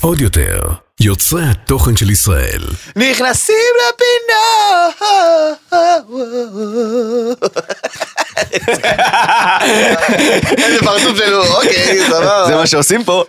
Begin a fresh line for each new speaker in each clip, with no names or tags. עוד יותר, יוצרי התוכן של ישראל.
נכנסים לפינה. איזה פרצוף שלו, אוקיי, סבבה.
זה מה שעושים פה.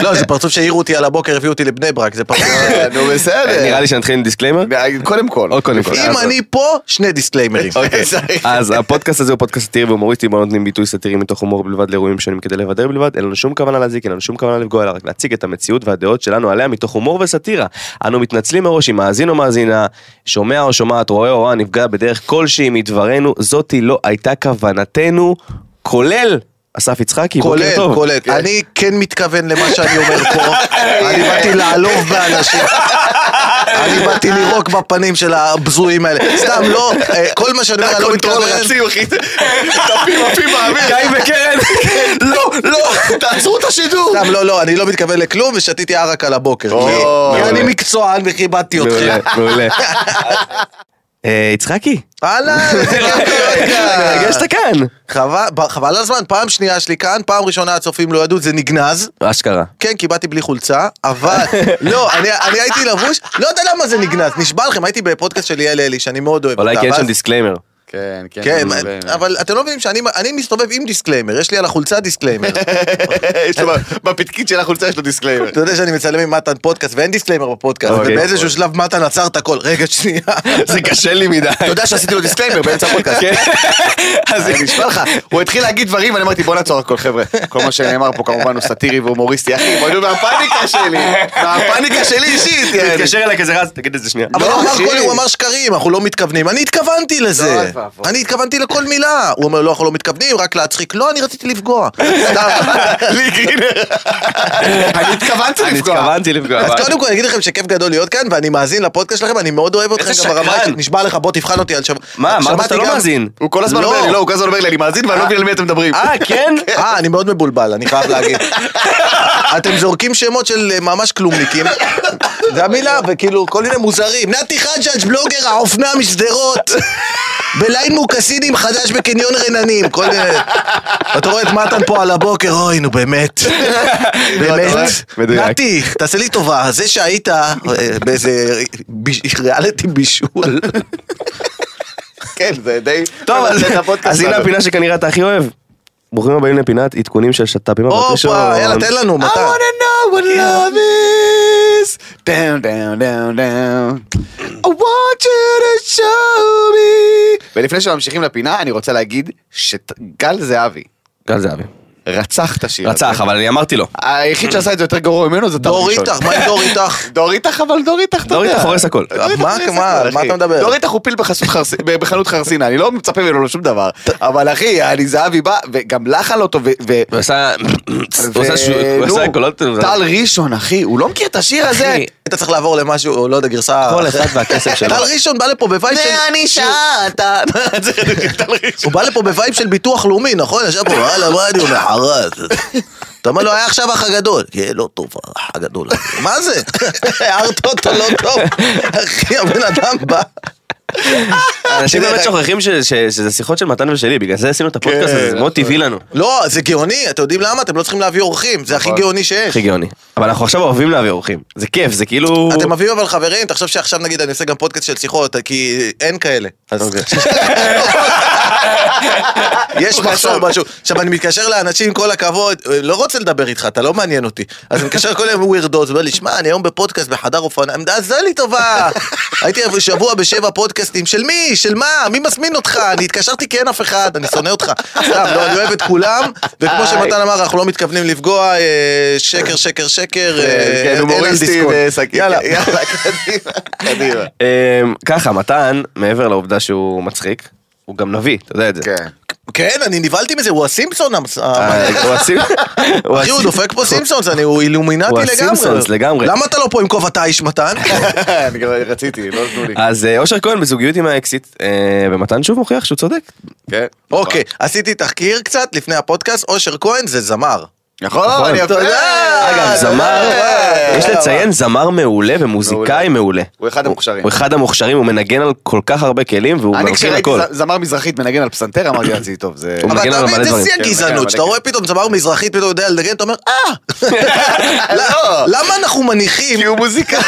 לא, זה פרצוף שהעירו אותי על הבוקר, הביאו אותי לבני ברק, זה פרצוף...
אה, נו
כן.
בסדר.
נראה לי שנתחיל עם דיסקליימר.
קודם כל.
או קודם כל.
אם אני פה, שני דיסקליימרים.
אוקיי.
אז הפודקאסט הזה הוא פודקאסט סאטירי והומוריסטי, בו נותנים ביטוי סאטירי מתוך הומור בלבד לאירועים שונים כדי לבדר בלבד, אין לנו שום כוונה להזיק, אין לנו שום כוונה לפגוע, אלא רק להציג את המציאות והדעות שלנו עליה מתוך הומור וסאטירה. אנו מתנצלים מראש אם מאזין או מאזינה, שומע או שומעת, רואה או רואה, נפגע בדרך כלשהי מדברנו, זאתי לא הייתה כוונתנו, כולל אסף יצחקי, בוקר
כולל,
טוב.
כולל. אני כן מתכוון למה שאני אומר פה. אני באתי לעלוב באנשים. אני באתי לירוק בפנים של הבזויים האלה. סתם, לא, אה, כל מה שאני אומר, אני לא
קונטרול
מתכוון.
רצים, אחי. טפים עפים באוויר.
גיא וקרן!
לא, לא, תעצרו את השידור.
סתם, לא, לא, אני לא מתכוון לכלום, ושתיתי ערק על הבוקר.
או,
כי- כי
מעולה.
אני מקצוען וכיבדתי
מעולה,
אתכם.
מעולה. אה, יצחקי,
אהלן, איזה כיף להיות כאן.
מרגש שאתה כאן.
חבל חבל על הזמן, פעם שנייה שלי כאן, פעם ראשונה הצופים לא ידעו, זה נגנז.
אשכרה.
כן, כי באתי בלי חולצה, אבל... לא, אני, אני הייתי לבוש, לא יודע למה זה נגנז, נשבע לכם, הייתי בפודקאסט של ליאל אלי, שאני מאוד אוהב
אולי
אותה,
כי אין
ואז-
שם דיסקליימר.
כן, כן.
כן, אבל אתם לא מבינים שאני אני מסתובב עם דיסקליימר, יש לי על החולצה דיסקליימר.
יש לו בפתקית של החולצה יש לו דיסקליימר.
אתה יודע שאני מצלם עם מתן פודקאסט, ואין דיסקליימר בפודקאסט,
אוקיי.
ובאיזשהו שלב מתן עצר את הכל, רגע, שנייה.
זה קשה לי מדי. כן.
אתה יודע שעשיתי לו דיסקליימר באמצע הפודקאסט.
אה,
אז
אני נשבע לך, הוא התחיל להגיד דברים, אני אמרתי בוא נעצור הכל חבר'ה. כל מה שנאמר פה כמובן הוא סאטירי והומוריסטי, אחי, בואי נו מהפאניקה שלי, מהפאניקה שלי אישית,
הוא
יעני.
מתקשר אליי כזה רז, תגיד את זה שנייה.
אבל הוא
לא,
אמר
אחי.
כל הוא אמר שקרים, אנחנו לא מתכוונים. אני התכוונתי
לא,
לזה.
אוי ואבוי.
אני התכוונתי לכל מילה. הוא אומר, לא, אנחנו לא מתכוונים, רק להצחיק. לא, אני רציתי לפגוע. סתם.
לי גרינר. אני התכוונתי
אני
לפגוע.
התכוונתי לפגוע.
אז
אבל-
קודם כל אני אגיד לכם שכיף גדול להיות כאן, ואני מאזין לפודקאסט שלכם, אני מאוד אוהב אתכם
איזה
גם ברמה
שקרן.
האישית. נשבע לך, בוא תבחן אותי על שבוע.
מה, אמרת שאתה לא מאזין.
הוא כל הזמן
לא.
אומר לי, לא, הוא כל הזמן אומר לי, אני מאזין ואני לא מבין על מי אתם מדברים.
אה, כן?
אה, אני מאוד מבולבל, אני חייב להגיד. אתם זורקים שמות של אה, ממש כלומניקים. זה המילה, וכאילו, כל מיני מוזרים. נתי חג'אג' בלוגר האופנה משדרות. בליין מוקסינים חדש בקניון רננים. כל מיני... אתה רואה את מתן פה על הבוקר, אוי, נו באמת. באמת.
מדויק.
נתי, תעשה לי טובה, זה שהיית אה, באיזה ביש- ריאליטי בישול.
כן, זה די...
טוב, אז-
זה הפודקאסט
אז הנה
שלנו.
הפינה שכנראה אתה הכי אוהב. ברוכים הבאים לפינת עדכונים של שת"פים. אבל אה, ראשון.
הופה, יאללה, תן לנו,
I
מתן.
wanna know what love is. Down, down, down, down. I want you to show me. ולפני שממשיכים לפינה, אני רוצה להגיד שגל זהבי
גל זהבי.
רצח את השיר הזה.
רצח, אבל אני אמרתי לו.
היחיד שעשה את זה יותר גרוע ממנו זה דור
דור
ראשון.
איתך, מה עם דור איתך?
דור איתך, אבל דור איתך, אתה
דור
יודע.
איתך הורס הכל.
דור איתך
מה-
הורס
מה-
הכל,
מה
אחי.
אתה מדבר?
דור איתך הוא פיל בחסות חרס- בחנות חרסינה, אני לא מצפה ממנו לשום דבר. אבל אחי, אני זהבי בא, וגם לחן אותו, ו- ו...
הוא עשה... הוא עשה ש- הוא
נו,
עשה קולות...
טל ראשון, אחי, הוא לא מכיר את השיר הזה.
אחי,
היית צריך לעבור למשהו, או לא יודע, גרסה...
כל אחד והכסף שלו.
טל ראשון בא לפה בווייב של...
שאתה. טל ראשון.
הוא בא לפה בווייב של ביטוח לאומי, נכון? ישב פה, וואלה, מה אני אומר, חרס. אתה אומר לו, היה עכשיו אח הגדול. כן, לא טוב, האח הגדול. מה זה? הערת אותו לא טוב. אחי, הבן אדם בא.
אנשים
אתה
באמת
יודע,
שוכחים ש- ש- שזה שיחות של מתן ושלי, בגלל זה עשינו את הפודקאסט הזה, זה מאוד טבעי לנו.
לא, זה גאוני, אתם יודעים למה? אתם לא צריכים להביא אורחים, זה
נכון.
הכי גאוני שיש.
הכי גאוני. אבל אנחנו עכשיו אוהבים להביא אורחים. זה כיף, זה כאילו...
אתם מביאים אבל חברים, תחשוב שעכשיו נגיד אני עושה גם פודקאסט של שיחות, כי אין כאלה. אז... יש מחסור משהו. עכשיו אני מתקשר לאנשים, כל הכבוד, אה, לא רוצה לדבר איתך, אתה לא מעניין אותי. אז אני מתקשר כל היום ווירדות, אומר לי, שמע, אני היום בפודקאסט בחדר אופניים, עשה לי טובה. הייתי שבוע בשבע פודקאסטים, של מי? של מה? מי מזמין אותך? אני התקשרתי כי אין אף אחד, אני שונא אותך. סתם, לא, אני אוהב את כולם, וכמו שמתן אמר, אנחנו לא מתכוונים לפגוע, אה, שקר, שקר, שקר, אה,
כן,
אין על
הומוריסטי
דיסקון.
וסכין.
יאללה.
יאללה, קדימה. קדימה.
אמ, ככה, מתן, מעבר לעובדה שהוא מצחיק, הוא גם נביא, אתה יודע את זה.
כן.
כן, אני נבהלתי מזה, הוא הסימפסון. המס-
אה, הוא הסימ- הוא
אחי, הוא
הסימ-
דופק פה סימפסונס, אני- הוא אילומינטי
הוא
לגמרי.
הסימפסונס, לגמרי.
למה אתה לא פה עם כובע תיש, מתן?
אני גם רציתי, לא נתנו לי.
אז אה, אושר כהן בזוגיות עם האקסיט, אה, ומתן שוב מוכיח שהוא צודק.
כן.
אוקיי, עשיתי תחקיר קצת לפני הפודקאסט, אושר כהן זה זמר.
נכון,
נכון.
אני
תודה.
יודע. אה,
אגב, זמר, יש לציין זמר מעולה ומוזיקאי מעולה.
הוא אחד המוכשרים.
הוא אחד המוכשרים, הוא מנגן על כל כך הרבה כלים והוא
אני
מרחיב
כשראיתי
הכל. אה,
ז- זמר מזרחית מנגן על פסנתר, אמרתי לעצמי, טוב, זה...
הוא
אבל
מנגן
אתה
על
מבין,
מלא
זה
דברים.
שיא
כן,
הגזענות,
מנגן,
שאתה רואה פתאום זמר מזרחית, פתאום יודע לנגן, אתה אומר, אה!
לא.
למה אנחנו מניחים?
כי הוא מוזיקאי.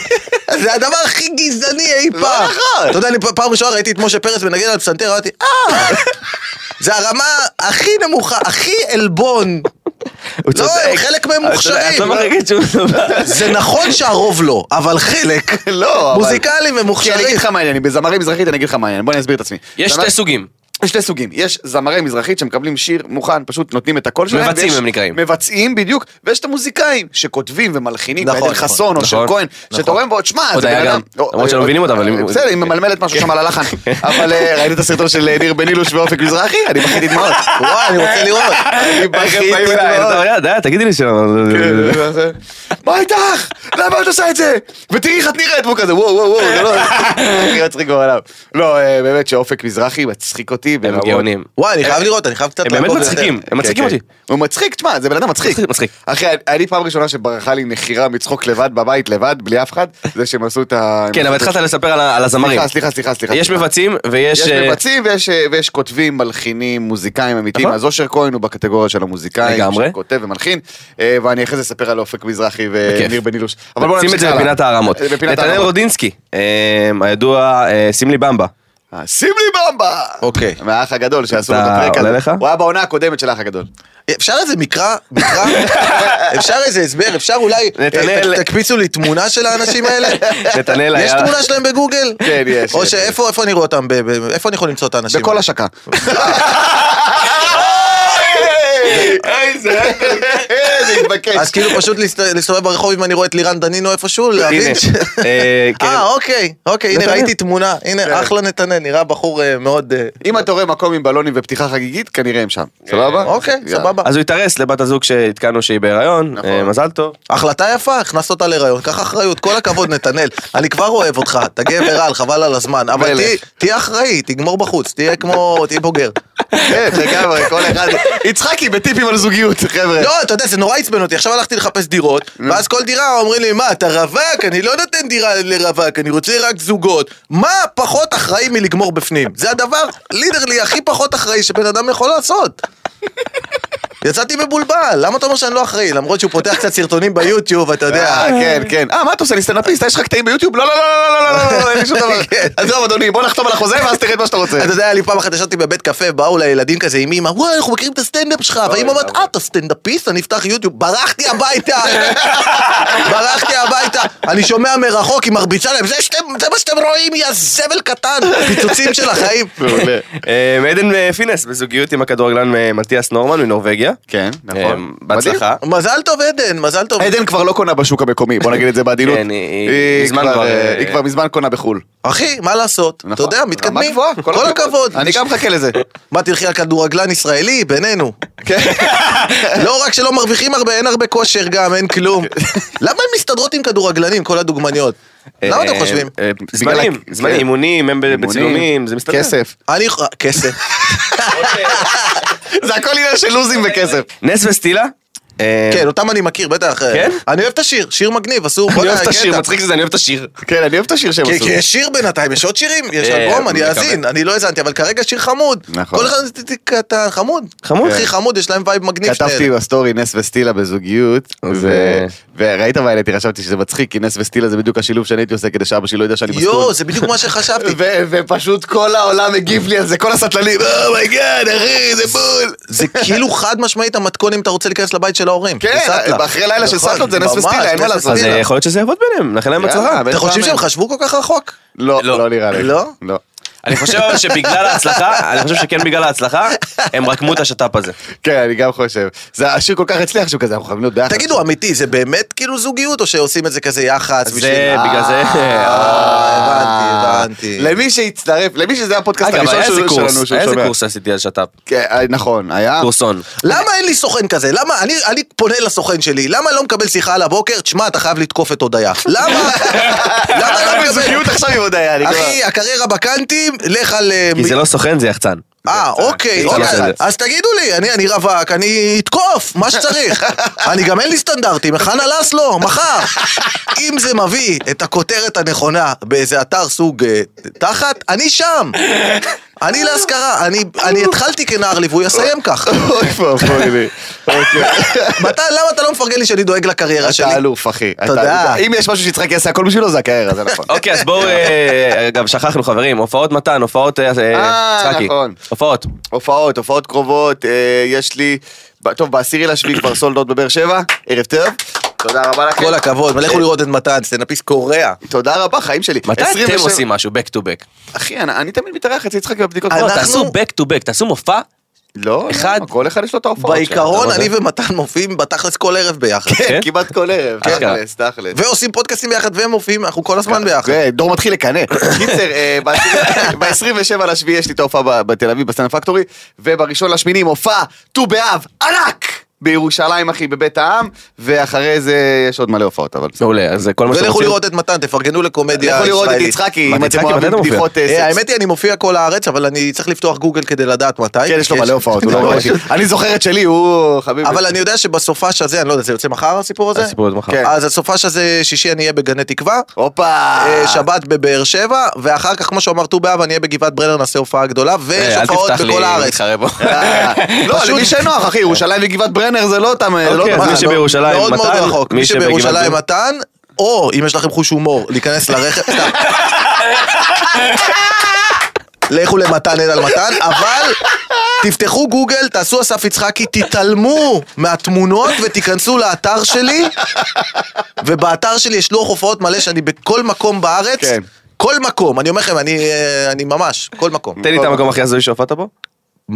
זה הדבר הכי גזעני אי פעם. לא
נכון.
אתה יודע, אני פ- פעם ראשונה ראיתי את משה פרץ מנגן על פסנתר, אמרתי, אה! זה הרמה הכי נמוכה, הכי עלבון.
הוא
לא,
צודק.
הם חלק מהם
אבל אתה יודע, את
מוכשרים.
לא מחלקת שום דבר.
זה נכון שהרוב לא, אבל חלק.
לא, אבל...
מוזיקלים
כי אני אגיד
ומוכשרים.
לך מה העניין, אני בזמרי מזרחית אני אגיד לך מה העניין, בוא אני אסביר את עצמי.
יש
זמר-
שתי סוגים.
יש שתי סוגים, יש זמרי מזרחית שמקבלים שיר מוכן, פשוט נותנים את הקול שלהם.
מבצעים
ויש-
הם נקראים.
מבצעים בדיוק, ויש את המוזיקאים שכותבים ומלחינים,
נכון,
ועדן
נכון,
חסון או של
נכון,
כהן,
נכון.
שתורם ועוד שמע,
עוד
זה
היה
בן אדם-
גם,
או-
למרות שלא
או-
מבינים אותה, אבל אם-
בסדר, היא ממלמלת משהו שם על הלחן. אבל אה, ראית את הסרטון של אה, ניר בנילוש ואופק מזרחי? אני בכיתי דמעות.
וואי, אני רוצה לראות.
אני בכיתי
באים אליי,
דמעות.
אתה יודע, די, תגידי לי
כן,
שלא.
אה, מה איתך? למה את עושה את זה? ותראי איך את נראית, והוא כזה וואו וואו וואו, זה לא... אני מצחיק כבר עליו. לא, אה, באמת שאופק מזרחי מצחיק אותי
הם
ברמות.
גאונים.
וואי, אני חייב לראות, אני חייב קצת
הם באמת
לעקוב.
מצחיקים, הם מצחיקים
כן, כן.
אותי.
הוא מצחיק, תשמע, זה בן אדם מצחיק.
מצחיק, מצחיק.
אחי, אני פעם ראשונה שברחה לי נחירה מצחוק לבד בבית, לבד, בלי אף אחד, זה שהם עשו את ה...
כן, אבל התחלת לספר על ה- על הזמרים.
סליחה, סליחה, סליחה, סליחה.
יש
סליחה.
מבצעים ויש...
יש
אה,
מבצעים ויש, אה, ויש כותבים, מלחינים, מוזיקאים אמיתיים,
נכון.
אז אושר כהן הוא בקטגוריה של המוזיקאים,
לגמרי.
שכותב ומלחין, אה, ואני אחרי זה אספר על אופק מזרחי וניר
בכיף.
בנילוש.
שים את זה בפינת הערמות.
אה,
נתנאל רודינסקי, אה, הידוע, אה, שים לי במבה.
רודין. אה, שים לי במבה!
אוקיי.
מהאח הגדול שעשו לו את
אתה
הטרק
עולה
הזה.
לך?
הוא היה בעונה הקודמת של האח הגדול.
אפשר איזה מקרא? מקרא? אפשר איזה הסבר? אפשר אולי...
נתנאל-
אה, ת- תקפיצו לי תמונה של האנשים האלה?
נתנאל
יש
היה-
תמונה שלהם בגוגל?
כן, יש,
או
יש.
שאיפה איפה אני רואה אותם? ב- ב- איפה אני יכול למצוא את האנשים?
בכל
האלה?
השקה. זה התבקש.
אז כאילו פשוט להסת- להסתובב ברחוב אם אני רואה את לירן דנינו איפשהו,
הנה.
להבין ש...
אה, כן.
אה, אוקיי, אוקיי, הנה
נתנאל.
ראיתי תמונה,
כן.
הנה, אחלה נתנאל, נראה בחור אה, מאוד... אה,
אם אתה רואה מקום עם בלונים ופתיחה חגיגית, כנראה הם שם. סבבה?
אוקיי,
יאללה.
סבבה.
אז הוא התארס לבת הזוג שהתקנו שהיא בהיריון,
נכון.
אה, מזל טוב.
החלטה יפה, הכנסת אותה להיריון, קח אחריות, כל הכבוד נתנאל, אני כבר אוהב אותך, אתה גבר על, חבל על הזמן, אבל
מלך.
תהיה- תהיה אחראי, תגמור בחוץ, תהיה כמו, תהיה בוגר.
כן, לגמרי, כל אחד. יצחקי בטיפים על זוגיות, חבר'ה.
לא, אתה יודע, זה נורא עצבן אותי, עכשיו הלכתי לחפש דירות,
לא.
ואז כל דירה אומרים לי, מה, אתה רווק? אני לא נותן דירה לרווק, אני רוצה רק זוגות. מה פחות אחראי מלגמור בפנים? זה הדבר, לידרלי, הכי פחות אחראי שבן אדם יכול לעשות. יצאתי מבולבל, למה אתה אומר שאני לא אחראי? למרות שהוא פותח קצת סרטונים ביוטיוב, אתה יודע.
אה, כן, כן. אה, מה אתה עושה? אני סטנדאפיסט, יש לך קטעים ביוטיוב? לא, לא, לא, לא, לא, לא, לא, לא, אין לי שום דבר.
כן.
עזוב, אדוני, בוא נחתום על החוזה ואז תראה את מה שאתה רוצה.
אתה יודע, היה לי פעם אחת ישבתי בבית קפה, באו לילדים כזה עם אמא, וואי, אנחנו מכירים את הסטנדאפ
לא,
שלך, והאמא אומרת, אה, אתה סטנדאפיסט? אני אפתח יוטיוב. ברחתי הביתה! ברחתי הביתה! אני שומע מרחוק, היא מרביצה להם, "זה שאתם- זה מה שאתם רואים, יא זבל קטן! פיצוצים של החיים.
מעולה.
אה, עדן אה, פינס בזוגיות עם הכדורגלן אה, מתיאס נורמן מנורבגיה.
כן, נכון.
אה, בהצלחה.
מזל טוב, עדן, מזל טוב.
עדן כבר לא קונה בשוק המקומי, בוא נגיד את זה בעדינות.
כן, היא- מזמן כבר,
אה,
אה,
היא כבר מזמן קונה בחו"ל.
אחי, מה לעשות? אתה
נכון.
יודע,
רמה
מתקדמים.
גבוהה,
כל הכבוד.
אני גם מחכה לזה.
מה, תלכי על כדורגלן ישראלי? בינינו.
כן.
לא רק שלא מרוויחים הרבה, אין הרבה כושר גם, אין כלום. למה הן מסתדרות עם כדורגלנים, כל הדוגמניות? למה אתם
אה,
חושבים?
אה, זמנים,
בגלל ה-
זמנים,
כן.
אימונים, הם ב-
אימונים,
בצילומים, זה מסתדר.
כסף.
אני... אה, כסף.
זה הכל עניין של לוזים וכסף.
נס וסטילה. אה,
כן, אותם אני מכיר, בטח.
כן?
אני אוהב את השיר, שיר מגניב, אסור.
אני אוהב את השיר, מצחיק שזה, אני אוהב את השיר.
כן, אני אוהב את השיר שהם
כי
עשו.
כי יש שיר בינתיים, יש עוד שירים, יש
אה,
אלבום, אני
מקווה.
אאזין, אני לא האזנתי, אבל כרגע שיר חמוד.
נכון.
כל אחד זה תיק קטן, חמוד.
חמוד.
הכי חמוד, יש להם וייב מגניב.
כתבתי
שניהם.
בסטורי נס וסטילה בזוגיות,
אז,
ו-
אה,
וראית מה העליתי, חשבתי שזה מצחיק, כי נס וסטילה זה בדיוק השילוב שאני הייתי עושה כדי שאבא שלי לא ידע שאני
יואו,
מסטול.
זה בדיוק מה שחשבתי.
ו- ופשוט כל העולם הגיב לי על זה, כל הסטלנים, אומייגאד, אחי, זה בול.
זה כאילו חד משמעית המתכון אם אתה רוצה להיכנס לבית של ההורים.
כן,
לסטלה.
אחרי לילה של
נכון,
סטלות זה נס
ממש,
וסטילה, אין מה
נס
לעשות.
אז
וסטילה.
אה, יכול להיות שזה יעבוד ביניהם, נאחל להם
יאללה,
הצלחה.
בטח.
אתם חושבים
פעם-
שהם חשבו כל כך רחוק?
לא,
לא.
לא נראה לי.
לא?
לא.
אני חושב שבגלל ההצלחה, אני חושב שכן בגלל ההצלחה, הם רקמו את השת"פ הזה.
כן, אני גם חושב. זה השיר כל כך הצליח שהוא כזה, אנחנו חייבים להיות ביחד.
תגידו, אמיתי, זה באמת כאילו זוגיות, או שעושים את זה כזה יח"צ? בשביל-
זה בגלל זה...
אה, הבנתי, הבנתי.
למי שהצטרף, למי שזה הפודקאסט
אגב,
הראשון
היה איזה
שלנו שהוא
קורס,
שומע.
היה איזה קורס עשיתי על שת"פ.
כן, אה, נכון, היה.
קורסון.
למה אין לי סוכן כזה? למה, אני, אני פונה לסוכן שלי, למה אני לא מקבל שיחה על הבוקר? תשמע, אתה חייב לתקוף את הודיה. למה? למה
אתה
לא מקבל?
בזוגיות עכשיו עם הודיה, אני כבר...
אחי, הקריירה בקאנטים, לך על... אה,
כי
מ-
זה לא סוכן, זה יחצן.
אה, אוקיי,
יצא
אוקיי.
בסדר.
אז תגידו לי, אני, אני רווק, אני אתקוף, מה שצריך. אני גם אין לי סטנדרטים, חנה לסלו, מחר. אם זה מביא את הכותרת הנכונה באיזה אתר סוג אה, תחת, אני שם. אני להשכרה, אני, אני התחלתי כנער ליווי, אסיים כך.
אוי ואבוי לי. אוקיי.
מתי, למה אתה לא מפרגן לי שאני דואג לקריירה שלי?
אתה אלוף, אחי. אתה
תודה.
אלוף. אם יש משהו שיצחק יעשה הכל בשבילו, זה הקריירה, זה נכון.
אוקיי, אז בואו, אה, אגב, שכחנו חברים, הופעות מתן, הופעות אה,
אה,
צחקי.
נכון.
הופעות.
הופעות, הופעות קרובות, אה, יש לי... ב- טוב, בעשירי לשביעי כבר סולדות בבאר שבע, ערב טוב. תודה רבה לכם.
כל הכבוד, ולכו לראות את מתן, סטנדאפיסט קורע.
תודה רבה, חיים שלי.
מתי אתם
27
עושים משהו back to back?
אחי, אני אני תמיד מתארח אצל יצחק בבדיקות.
אנחנו-
לא, תעשו back to back, תעשו מופע.
לא,
אחד-
אחד. כל אחד יש לו את ההופעות שלו.
בעיקרון,
אתה
אני
יודע.
ומתן מופיעים בתכלס כל ערב ביחד.
כן?
כן, כמעט כל ערב.
אשכרה.
תכלס, תכלס.
ועושים פודקאסטים ביחד והם מופיעים, אנחנו כל הזמן ביחד.
זה, דור מתחיל לקנא. קיצר, אה, ב- ב-27 לשביעי יש לי את ההופעה ב- בתל אביב, בסטנד פקטורי, ובראשון לשמיני מופע ט"ו באב ענק בירושלים, אחי, בבית העם, ואחרי זה יש עוד מלא הופעות, אבל בסדר.
מעולה, אז כל מה שאתם
ולכו
רוצים.
לראות את מתן, תפרגנו לקומדיה
לכו
ישראלית.
לראות את יצחקי,
מה,
אם אתם
יצחקי, מתי
אוהבים
אתה מופיע?
בדיחות... אה,
אה,
סקס.
האמת היא, אני מופיע כל הארץ, אבל אני צריך לפתוח גוגל כדי לדעת מתי.
כן, יש לו מלא הופעות, הוא לא רואה אותי. אני זוכר את שלי, הוא חביבי.
אבל אני יודע שבסופש הזה, אני לא יודע, זה יוצא מחר הסיפור הזה?
הסיפור הזה מחר.
כן.
אז הסופש הזה, שישי אני אהיה בגני תקווה,
הופה!
אה, שבת בבאר שבע, ואחר כך, כמו שאמר ט"ו באב, אני אהיה בגבעת ברנר, נעשה הופעה גדולה, ויש
אה, אל
הופעות
תפתח לי,
בכל הארץ.
מתחרה בו.
אה, לא, למי שנוח, אחי, ירושלים וגבעת ברנר זה לא אותם... זה לא
אוקיי,
אותם-
אז מי
לא-
שבירושלים
אה, מאוד מאוד
מתן,
רחוק.
מי
מי
שבגבעת
שבירושלים
זאב.
מתן, או אם יש לכם חוש הומור, להיכנס לרכב. סתם. לכו למתן אין על מתן, אבל תפתחו גוגל, תעשו אסף יצחקי, תתעלמו מהתמונות ותיכנסו לאתר שלי, ובאתר שלי יש לוח הופעות מלא שאני בכל מקום בארץ.
כן.
כל מקום, אני אומר לכם, אני, אה, אני ממש, כל מקום.
תן לי את המקום הכי הזוי שהופעת בו.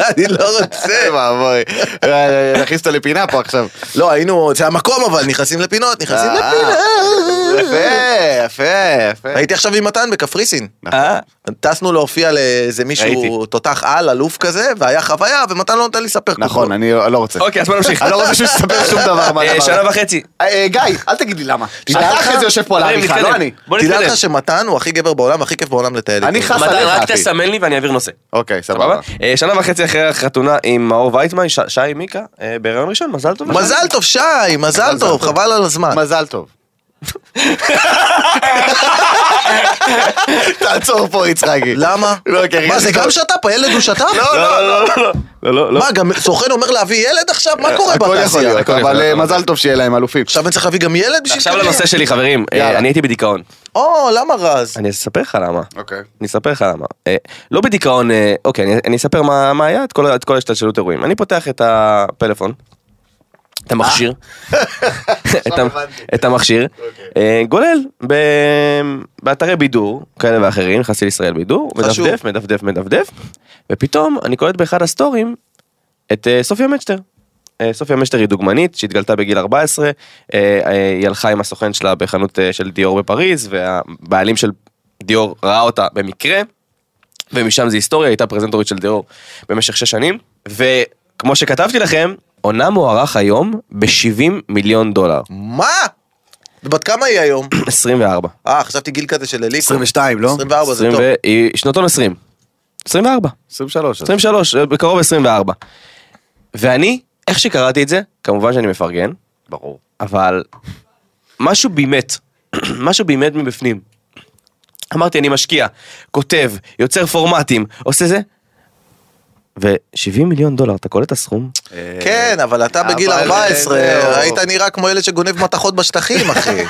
אני לא רוצה.
זה ואבוי. אה, נכניס אותו לפינה פה עכשיו.
לא, היינו, זה המקום אבל, נכנסים לפינות, נכנסים
אה,
לפינות.
יפה, יפה, יפה.
הייתי עכשיו עם מתן בקפריסין.
אה?
טסנו להופיע לאיזה מישהו,
ראיתי.
תותח על, אלוף כזה, והיה חוויה, ומתן לא נותן לי לספר. כלום.
נכון, אני לא לא רוצה.
אוקיי, אז בוא נמשיך.
אני לא רוצה שתספר שום דבר
אה,
מהדבר.
שנה וחצי.
אה, גיא, אל תגיד לי למה.
תדע
אתה
לך-
אחרי זה יושב פה על
חברים,
העריכה, לא
נתקדם.
אני.
בוא
תדע
נתקדם.
לך שמתן הוא הכי גבר בעולם, והכי כיף בעולם לטייל.
אני
איתו.
חס
מתן,
עליך,
רק
אחי.
תסמן לי ואני אעביר נושא.
אוקיי, סבבה.
סבבה? אה, שנה וחצי אחרי החתונה עם מאור וייטמן, ש- שי מיקה, אה, בהיריון ראשון, מזל טוב. לך.
מזל טוב, שי, מזל טוב,
מזל טוב.
חבל על הזמן.
מזל טוב. תעצור פה, יצחקי.
למה?
לא, כי הרגשתי
מה, זה
טוב.
גם שת"פ? הילד הוא שת"פ?
לא, לא,
לא, לא, לא, לא, לא.
מה, גם סוכן אומר להביא ילד עכשיו? מה קורה
אה, הכל יכול
בתעשייה?
להיות,
הכל יכול
אבל
להיות.
אה, מזל טוב שיהיה להם אלופים.
עכשיו אני צריך להביא גם ילד בשביל...
עכשיו
לקבל?
לנושא שלי, חברים. אה,
יאללה.
אני הייתי בדיכאון.
או, למה רז?
אני אספר לך למה.
אוקיי.
אני אספר לך למה. אה, לא בדיכאון, אה, אוקיי, אני, אני אספר מה, מה היה, את כל, את כל השתלשלות אירועים. אני פותח את הפלאפון, את המכשיר, את, ה-
הבנתי.
את המכשיר, אה, גולל ב, באתרי בידור כאלה ואחרים, נכנסתי לישראל בידור,
חשוב.
מדפדף, מדפדף, מדפדף, ופתאום אני קולט באחד הסטורים את אה, סופיה מצ'טר. אה, סופיה משטר היא דוגמנית שהתגלתה בגיל 14, אה, אה, היא הלכה עם הסוכן שלה בחנות אה, של דיור בפריז, והבעלים של דיור ראה אותה במקרה, ומשם זה היסטוריה, היא הייתה פרזנטורית של דיור במשך שש שנים, וכמו שכתבתי לכם, עונה מוערך היום ב-70 מיליון דולר,
מה? ובת כמה היא היום?
24.
אה, חשבתי גיל כזה של אליקו.
22, לא?
24 זה
20
טוב.
ו- היא שנתון 20. 24.
23.
23, אה, בקרוב 24. ואני, איך שקראתי את זה, כמובן שאני מפרגן,
ברור.
אבל משהו בי מת, משהו בי מת מבפנים. אמרתי, אני משקיע, כותב, יוצר פורמטים, עושה זה. ו-70 מיליון דולר, אתה קולט את הסכום?
אה,
כן, אבל אתה בגיל
אבל-
14,
לא.
היית נראה כמו ילד שגונב מתכות בשטחים, אחי.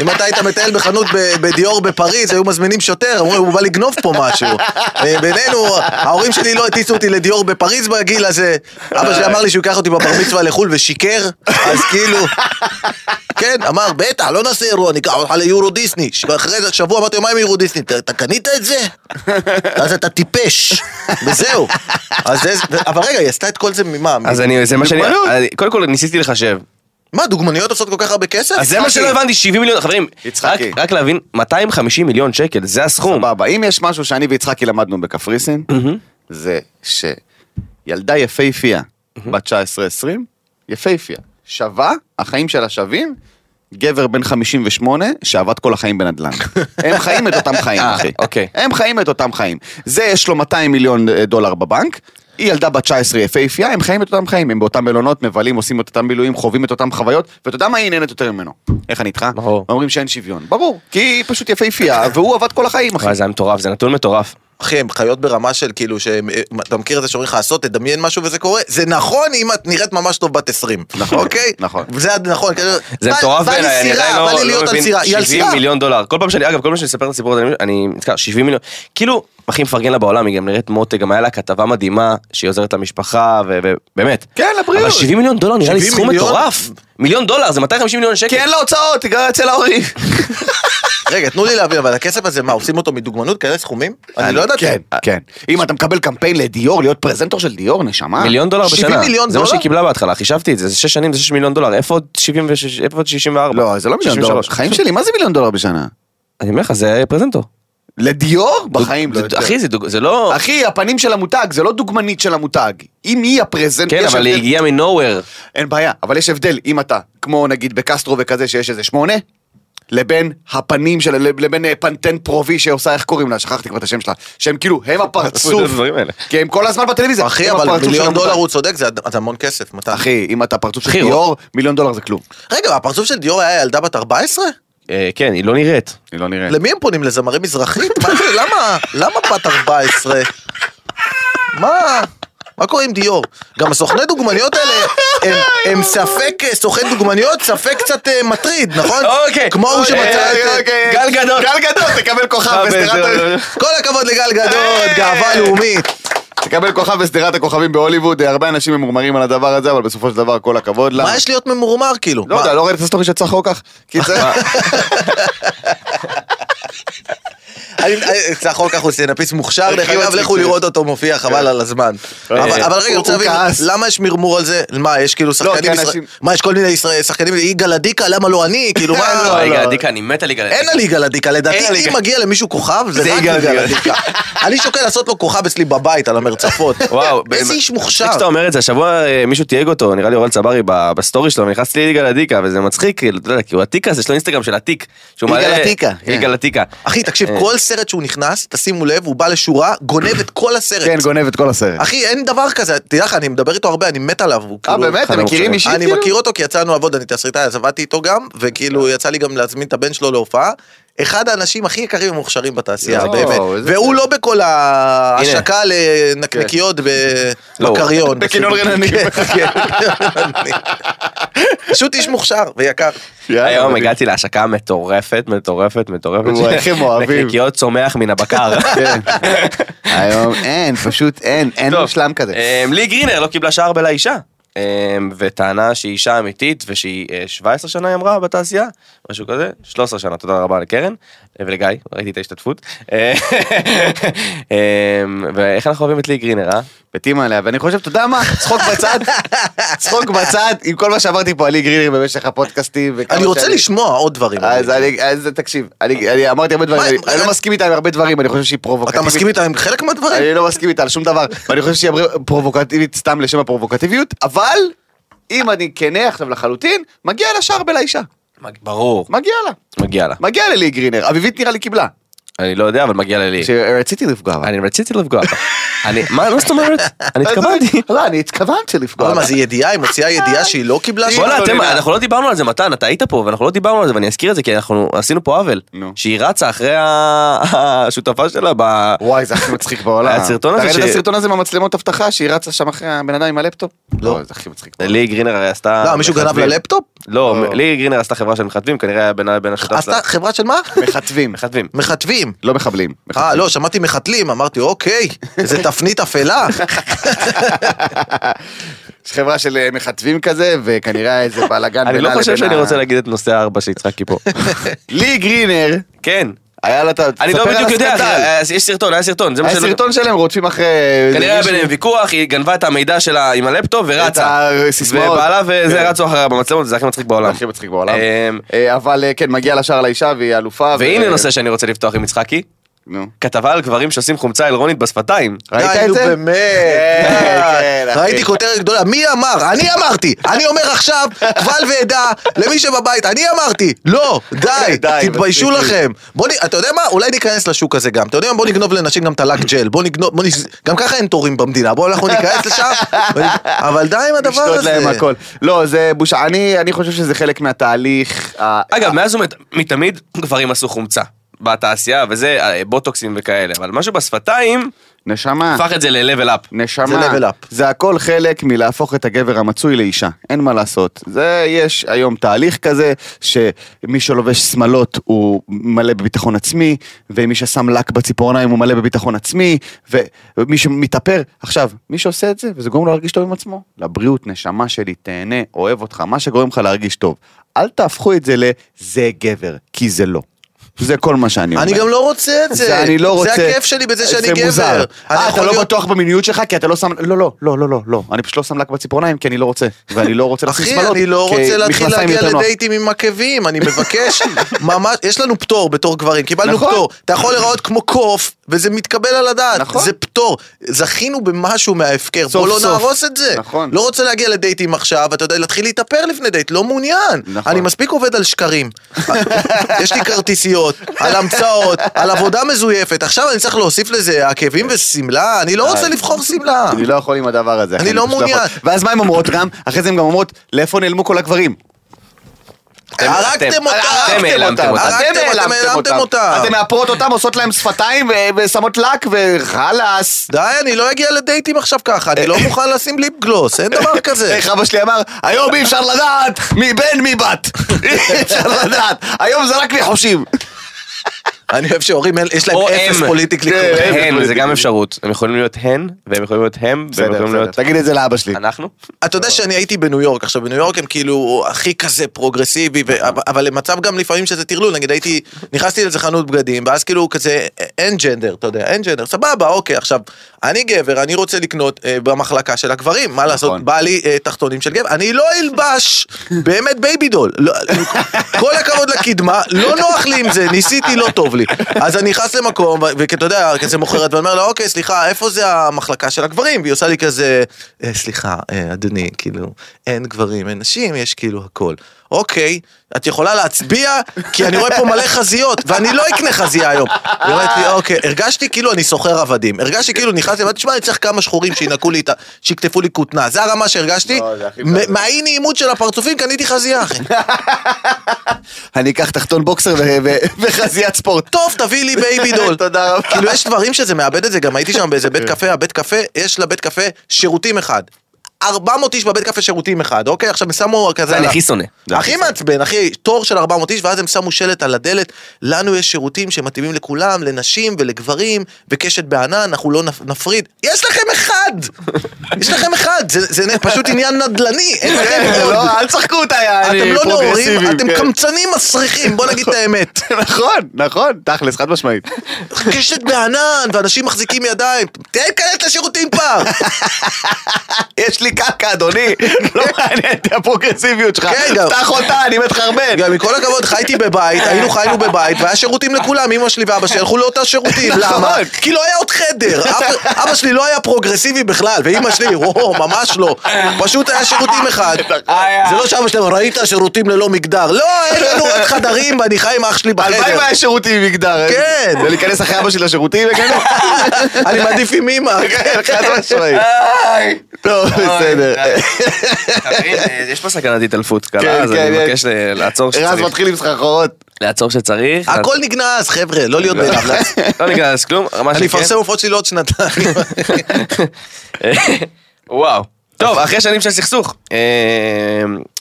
אם אתה היית מטייל בחנות ב- בדיור בפריז, היו מזמינים שוטר, אומרים, הוא בא לגנוב פה משהו. אה, בינינו, ההורים שלי לא הטיסו אותי לדיור בפריז בגיל הזה. אבא שלי אמר לי שהוא ייקח אותי בבר מצווה לחו"ל ושיקר, אז כאילו... כן, אמר, בטח, לא נעשה אירוע, ניקח אותך ליורו דיסני. ואחרי זה שבוע אמרתי, מה עם יורו דיסני? "אתה- אתה קנית את זה? אז אתה טיפש. וזהו. אז זה- אבל רגע, היא עשתה את כל זה ממה?
אז אני, זה מה שאני...
מגבלות?
אני- קודם כל ניסיתי לחשב.
אה,
מה, דוגמניות עושות כל כך הרבה כסף?
אז זה מה שלא הבנתי, 70 מיליון, חברים, רק-
יצחקי.
רק להבין, 250 מיליון שקל, זה הסכום.
סבבה, אם יש משהו שאני ויצחקי למדנו בקפריסין, זה שילדה יפהפייה בת 19-20, יפהפייה, שווה, החיים שלה שווים, גבר בן 58 שעבד כל החיים בנדל"ן. הם חיים את אותם חיים,
אה,
אחי.
אוקיי.
הם חיים את אותם חיים. זה יש לו 200 מיליון אה, דולר בבנק. היא ילדה בת 19 יפהפייה, הם חיים את אותם חיים, הם באותם מלונות, מבלים, עושים את אותם מילואים, חווים את אותם חוויות, ואתה יודע מה היא נהנית יותר ממנו? איך אני איתך?
ברור.
אומרים שאין שוויון. ברור, כי היא פשוט יפהפייה, והוא עבד כל החיים, אחי.
וואי, זה היה מטורף, זה נתון מטורף.
אחי, הן חיות ברמה של כאילו, שהם- אתה מכיר את זה שאומרים לך, עשות, תדמיין משהו וזה קורה? זה נכון אם את נראית ממש טוב בת 20.
נכון,
אוקיי?
נכון.
זה עד- נכון. כאילו,
זה
בא-
מטורף
בא לי
בעיניי, אני
סירה,
עדיין
בא לי
לא-
להיות
לא
על
מבין,
סירה. היא על
70
סירה.
מיליון דולר, כל פעם שאני, אגב, כל פעם שאני מספר את הסיפור הזה, אני- אני נזכר, 70 מיליון, כאילו, הכי מפרגן לה בעולם, היא גם נראית מותק, גם היה לה כתבה מדהימה, שהיא עוזרת למשפחה, ובאמת.
כן, לבריאות.
אבל 70 מיליון דולר נראה לי
70
סכום
מיליון?
מטורף. מיליון דולר, זה 250 מיליון שקל.
כי אין לה הוצאות, היא גרה אצל ההורים.
רגע, תנו לי להבין, אבל הכסף הזה, מה, עושים אותו מדוגמנות? כאלה סכומים? אני לא ידעתי.
כן, כן. אם אתה מקבל קמפיין לדיור, להיות פרזנטור של דיור, נשמה.
מיליון דולר בשנה.
70 מיליון
זה מה
דולר?
שהיא קיבלה בהתחלה, חישבתי את זה, זה 6 שנים, זה 6 מיליון דולר, איפה עוד 76, איפה עוד 64?
לא, זה לא מיליון דולר.
63.
חיים שלי, מה זה מיליון דולר בשנה?
אני אומר לך, זה פרזנטור.
לדיור? בחיים לא
זה-
יותר.
אחי, זה דוג- זה לא...
אחי, הפנים של המותג, זה לא דוגמנית של המותג. אם היא הפרזנט...
כן,
יש
אבל היא
הבדל-
הגיעה מנוהוור.
אין בעיה, אבל יש הבדל אם אתה, כמו נגיד בקסטרו וכזה, שיש איזה שמונה, לבין הפנים של... לבין אה, פנטן פרובי שעושה, איך קוראים לה? שכחתי כבר את השם שלה. שהם כאילו, הם
את
הפרצוף.
הדברים האלה.
כי הם כל הזמן בטלוויזיה.
אחי,
הם
אבל
הפרצוף של
מיליון
המותג.
דולר הוא צודק, זה עד- זה המון כסף. מתן.
אחי, אם אתה פרצוף של
אחי,
דיור, מיליון דולר זה כלום.
רגע, הפרצוף של דיור היה ילדה בת 14?
אה, כן, היא לא נראית.
אני לא נראה.
למי הם פונים? לזמרים מזרחית? מה זה, למה, למה בת 14? מה? מה קורה עם דיור? גם הסוכני דוגמניות האלה, הם, הם ספק, אה, סוכן דוגמניות, ספק קצת אה, מטריד, נכון?
אוקיי.
כמו הוא
אוקיי,
שמצא את... אה,
אוקיי.
גל גדות.
גל גדות, תקבל כוכב
אה,
בשדרת...
בסדר.
כל הכבוד לגל גדות,
אה.
גאווה לאומית.
תקבל כוכב בשדרת הכוכבים בהוליווד, אה, הרבה אנשים ממורמרים על הדבר הזה, אבל בסופו של דבר כל הכבוד לה.
מה יש להיות ממורמר כאילו?
לא
מה?
יודע, לא ראית את הסטורי של צחור כך? כי זה...
אה.
אני- אה, אני- צח אורקח הוא סטנאפיסט מוכשר, דרך
הכי
אגב,
מצחיק
לכו
שיש.
לראות אותו מופיע, חבל על הזמן. אבל אבל רגע, אני רוצה
כן. אה, הוא
להבין,
כעס.
למה יש מרמור על זה? מה, יש כאילו
כי
שחקנים ישראל...
אנשים-
מה, יש כל מיני ישראל- שחקנים, יגאל עדיקה, למה לא אני? כאילו, מה...
יגאל עדיקה, אני מת על יגאל
אין
עדיקה.
על יגאל עדיקה,
אין על
לדעתי אם
יגאל.
מגיע למישהו כוכב,
זה
זה רק
יגאל
יגאל
עדיקה.
עדיקה. אני שוקל לעשות לו כוכב אצלי בבית על המרצפות.
וואו,
איזה
באמת.
איש מוכשר.
כשאתה אומר את זה, השבוע אה, מישהו תייג אותו, נראה לי אורל צברי ב- בסטורי שלו, ונכנסתי ליגאל עדיקה, וזה מצחיק, כאילו, אתה יודע, כי הוא עתיקה, זה יש לו אינסטגרם של עתיק. שהוא
יגאל
מעלה-
עתיקה, כן.
יגאל עתיקה.
אחי, תקשיב,
אה.
כל סרט שהוא נכנס, תשימו לב, הוא בא לשורה, גונב את כל הסרט.
כן, גונב את כל הסרט.
אחי, אין דבר כזה, תדע לך, אני מדבר איתו הרבה, אני מת עליו. הוא
אה,
כאילו-
באמת?
אחד
אתם מכירים
המוכשרים.
אישית?
אני
כאילו? כן.
מכיר אותו כי יצאנו לעבוד, אני תסריטאי, אז עבדתי איתו גם, וכאילו יצא לי גם להזמין את הבן שלו להופעה. אחד האנשים הכי יקרים ומוכשרים בתעשייה,
יואו,
באמת.
איזה
והוא לא בכל ההשקה לנקניקיות
לא,
בקריון.
כן. בכינון רננים.
כן, רננים. פשוט איש מוכשר ויקר.
יאללה,
היום
מדהים.
הגעתי להשקה מטורפת, מטורפת, מטורפת.
וואי, איך הם אוהבים.
נקניקיות צומח מן הבקר.
כן. היום אין, פשוט אין, אין
טוב,
מושלם כזה.
אמ, לי גרינר לא קיבלה שער בלה אישה. אמ, וטענה שהיא אישה אמיתית ושהיא אה, 17 שנה היא אמרה בתעשייה, משהו כזה, 13 שנה, תודה רבה לקרן אה, ולגיא, ראיתי את ההשתתפות. אה, אמ, ואיך אנחנו אוהבים את לי גרינר, אה?
מתים עליה, ואני חושב, אתה יודע מה? צחוק בצד, צחוק בצד, עם כל מה שאמרתי פה על לי גרינר במשך הפודקאסטים. וכמה
אני רוצה
שאני-
לשמוע עוד דברים.
אז אה, אני, אז תקשיב, אני אני אמרתי הרבה דברים,
מה,
אני- אני לא
מה-
מסכים איתה עם הרבה דברים, אני חושב שהיא פרובוקטיבית.
אתה מסכים איתה עם חלק מהדברים?
אני לא מסכים איתה על שום דבר, ואני חושב שהיא אמרה פרובוקטיבית סתם לשם הפרובוקטיביות, אבל אם אני כנה עכשיו לחלוטין, מגיע לה שער בלאישה,
ברור.
מגיע לה,
מגיע לה.
מגיע ללי גרינר, אביבית נראה לי קיבלה,
אני לא יודע, אבל מגיע לה לי.
שרציתי לפגוע בה.
אני רציתי לפגוע בה. אני, מה מה זאת אומרת? אני התכוונתי.
לא, אני התכוונתי לפגוע
אבל
בה.
מה, זה ידיעה? היא מוציאה ידיעה שהיא לא קיבלה? שם?
בואנה, אתם,
לא
אנחנו לא דיברנו על זה, מתן, אתה היית פה, ואנחנו לא דיברנו על זה, ואני אזכיר את זה, כי אנחנו עשינו פה עוול.
נו.
שהיא רצה אחרי ה- השותפה שלה ב...
וואי, זה הכי מצחיק בעולם.
היה הסרטון הזה
תראה את
ש-
הסרטון הזה מהמצלמת אבטחה שהיא רצה שם אחרי הבן אדם עם הלפטופ? לא, זה הכי מצחיק. בעולם.
לי גרינר הרי עשתה...
לא, מישהו גנב
מחטבים.
ללפטופ?
לא,
לא.
לי גרינר עשתה חברה של מחטבים, כנראה היה בינה לבין השותף שלה.
עשתה חברה של מה?
מחטבים,
מחטבים.
מחטבים.
לא מחבלים.
אה, לא, שמעתי מחתלים, אמרתי, אוקיי, זה תפנית אפלה.
יש חברה של אה, מחטבים כזה, וכנראה איזה בלאגן
אני לא
בינה
חושב
לבין
שאני
ה-
רוצה להגיד את נושא הארבע שהצחקי פה.
לי גרינר,
כן.
היה לה את ה...
אני לא
תספר על
בדיוק יודע,
הסקנדל.
אחי, אז יש סרטון, היה סרטון. זה מה
היה
שלא-
סרטון שלהם רודפים אחרי... אה,
כנראה היה
מישהו-
ביניהם ויכוח, היא גנבה את המידע שלה עם הלפטופ ורצה.
הסיסמאות.
ובעלה
כן.
וזה רצו אחריה במצלמות, זה הכי מצחיק בעולם.
הכי מצחיק בעולם.
אמ,
אה, אבל אה, כן, מגיע לשער לאישה והיא אלופה. ו-
והנה נושא שאני רוצה לפתוח עם יצחקי.
נו.
כתבה על גברים שעושים חומצה הילרונית בשפתיים.
ראית את
נו,
זה?
באמת.
כן, כן, אחי.
ראיתי כותרת גדולה, מי אמר? אני אמרתי. אני אומר עכשיו, קבל ועדה, למי שבבית, אני אמרתי. לא, די,
די,
תתביישו
מספיק.
לכם. בוא, נ- אתה יודע מה? אולי ניכנס לשוק הזה גם. אתה יודע מה? בוא נגנוב לנשים גם את הלק ג'ל. בוא נגנוב, בוא נס... גם ככה אין תורים במדינה. בואו אנחנו ניכנס לשם. אבל די עם הדבר
לשתות
הזה.
להם הכל. לא, זה בושה. אני אני חושב שזה חלק מהתהליך. ה-
אגב, מאז ומת- מתמיד גברים עשו חומצה. בתעשייה וזה, אה, בוטוקסים וכאלה, אבל משהו בשפתיים,
נשמה.
הפך את זה ל-level up.
נשמה,
זה level up.
זה הכל חלק מלהפוך את הגבר המצוי לאישה, אין מה לעשות. זה, יש היום תהליך כזה, שמי שלובש שמלות הוא מלא בביטחון עצמי, ומי ששם לק בציפורניים הוא מלא בביטחון עצמי, ו- ומי שמתאפר, עכשיו, מי שעושה את זה, וזה גורם לו להרגיש טוב עם עצמו, לבריאות, נשמה שלי, תהנה, אוהב אותך, מה שגורם לך להרגיש טוב. אל תהפכו את זה ל"זה גבר", כי זה לא. זה כל מה שאני אומר.
אני גם לא רוצה את זה.
זה אני לא רוצה.
זה הכיף שלי בזה שאני גבר.
זה מוזר.
אני
אה,
יכול
אתה לא
להיות-
בטוח במיניות שלך כי אתה לא שם... לא, לא, לא, לא, לא, לא. אני פשוט לא שם לק בציפורניים כי אני לא רוצה. ואני לא רוצה לשים
אחי,
שמלות.
אני לא
כי
רוצה להתחיל
מכנסיים
להגיע
יותר נוח.
לדייטים עם עקבים, אני מבקש, ממש, יש לנו פטור בתור גברים, קיבלנו
נכון.
פטור. אתה יכול להיראות כמו קוף, וזה מתקבל על הדעת,
נכון.
זה פטור. זכינו במשהו מההפקר, בוא
סוף
לא
סוף.
נהרוס את זה.
נכון.
לא רוצה להגיע לדייטים עכשיו, אתה יודע, להתחיל להתאפר לפני דייט, לא מעוניין.
נכון.
אני מספיק עובד על שקרים. יש לי כרטיסיות, על המצאות, על עבודה מזויפת, עכשיו אני צריך להוסיף לזה עקבים ושמלה, אני לא רוצה לבחור שמלה.
אני לא יכול עם הדבר הזה. אחי,
אני לא
פשוט יכול.
מעוניין.
ואז מה הן אומרות גם? אחרי זה הן גם אומרות, לאיפה נעלמו כל הגברים?
הרגתם
אתם-
אותם,
אתם העלמתם אותם.
הרגתם אותם, העלמתם אותם.
אז הן מאפרות אותם, עושות להם שפתיים ו- ושמות לק וחלאס.
די, אני לא אגיע לדייטים עכשיו ככה, אני לא מוכן לשים ליפ גלוס, אין דבר כזה.
איך אבא שלי אמר, היום אי אפשר לדעת מי בן מי בת. אי אפשר לדעת. היום זה רק ניחושים.
אני אוהב שהורים, אין- יש להם
או
אפס
הם.
פוליטיקלי
כן,
קורקט.
אפס
הן, זה
פוליטיקלי.
גם אפשרות. הם יכולים להיות הן, והם יכולים להיות הם, והם
בסדר,
יכולים
בסדר.
להיות
תגיד את זה לאבא שלי.
אנחנו.
אתה יודע שאני הייתי בניו יורק, עכשיו בניו יורק הם כאילו הכי כזה פרוגרסיבי, ו- אבל למצב גם לפעמים שזה טרלול, נגיד הייתי, נכנסתי לאיזה חנות בגדים, ואז כאילו כזה אה, אין ג'נדר, אתה יודע, אין ג'נדר, סבבה, אוקיי, עכשיו, אני גבר, אני רוצה לקנות אה, במחלקה של הגברים, מה לעשות, בא לי אה, תחתונים של גבר, אני לא אלבש באמת בייבי דול, לא- כל הכבוד לקדמה, לא נוח לי עם זה, ניסיתי, לא טוב לי. אז אני נכנס למקום, ו- וכאתה יודע, כזה מוכרת, ואני אומר לה, אוקיי, סליחה, איפה זה המחלקה של הגברים? והיא עושה לי כזה, "אה, סליחה, אה, אדוני, כאילו, אין גברים, אין נשים, יש כאילו הכל. אוקיי, את יכולה להצביע, כי אני רואה פה מלא חזיות, ואני לא אקנה חזייה היום. היא אומרת לי, אוקיי, הרגשתי כאילו אני סוחר עבדים. הרגשתי כאילו נכנסתי, אמרתי, תשמע, אני צריך כמה שחורים שינקו לי את ה... שיקטפו לי כותנה. זה הרמה שהרגשתי.
לא, זה הכי
מ-
טוב.
מהאי נעימות של הפרצופים קניתי חזייה, אחי.
אני אקח תחתון בוקסר ו- ו- וחזיית ספורט.
טוב, תביא לי בייבי דול.
תודה רבה. כן.
כאילו, יש דברים שזה מאבד את זה, גם הייתי שם באיזה בית קפה, הבית קפה, יש לבית קפה שירותים אחד. 400 איש בבית קפה שירותים אחד, אוקיי? עכשיו הם שמו כזה...
זה
על
אני
ה-
הכי שונא. אה, זה
הכי מעצבן, אחי, תור של 400 איש, ואז הם שמו שלט על הדלת, לנו יש שירותים שמתאימים לכולם, לנשים ולגברים, וקשת בענן, אנחנו לא נפ- נפריד. יש לכם אחד! יש לכם אחד! זה- זה פשוט עניין נדל"ני, אין לכם עוד.
לא, אל תשחקו אותה, יעני,
אתם לא נאורים,
פרוגרסיביים,
אתם
כן.
קמצנים מסריחים, בוא נגיד את האמת.
נכון, נכון, תכלס, חד משמעית.
קשת בענן, ואנשים מחזיקים ידיים. תיכנס לשירותים פעם!
יש לי קקה, אדוני, לא מעניין אותי הפרוגרסיביות שלך.
כן, גם-
פתח אותה, אני מת לך הרבה.
גם עם כל הכבוד, חייתי בבית, היינו חיינו בבית, והיה שירותים לכולם, אמא שלי ואבא שלי הלכו לאותה שירותים, למה?
נכון.
כי לא היה עוד חדר, אבא- אבא שלי לא היה פרוגרסיבי בכלל, ואימא שלי, וואו, ממש לא. פשוט היה שירותים אחד. זה לא שאבא שלי אמר, ראית שירותים ללא מגדר? לא, אין לנו עוד חדרים, ואני חי עם אח שלי
הלוואי
בחדר.
והיה שירותים עם מגדר.
כן.
ולהיכנס אחרי אבא שלי לשירותים וכאלה.
אני מעדיף עם אמא.
כן, חד משמעית. טוב, בסדר.
חברים, אה, יש פה סכנת התעלפות קלה,
כן,
אז
כן,
אני
כן.
מבקש ל- לעצור
רז
שצריך.
מתחיל עם סחרחורות.
לעצור שצריך.
הכל נגנז, חבר'ה, לא כן. להיות בלחץ.
לא ניכנס כלום, מה
אני
שכן.
אפרסם הופעות שלי לעוד שנתיים.
וואו. טוב, אחרי שנים של סכסוך. אה,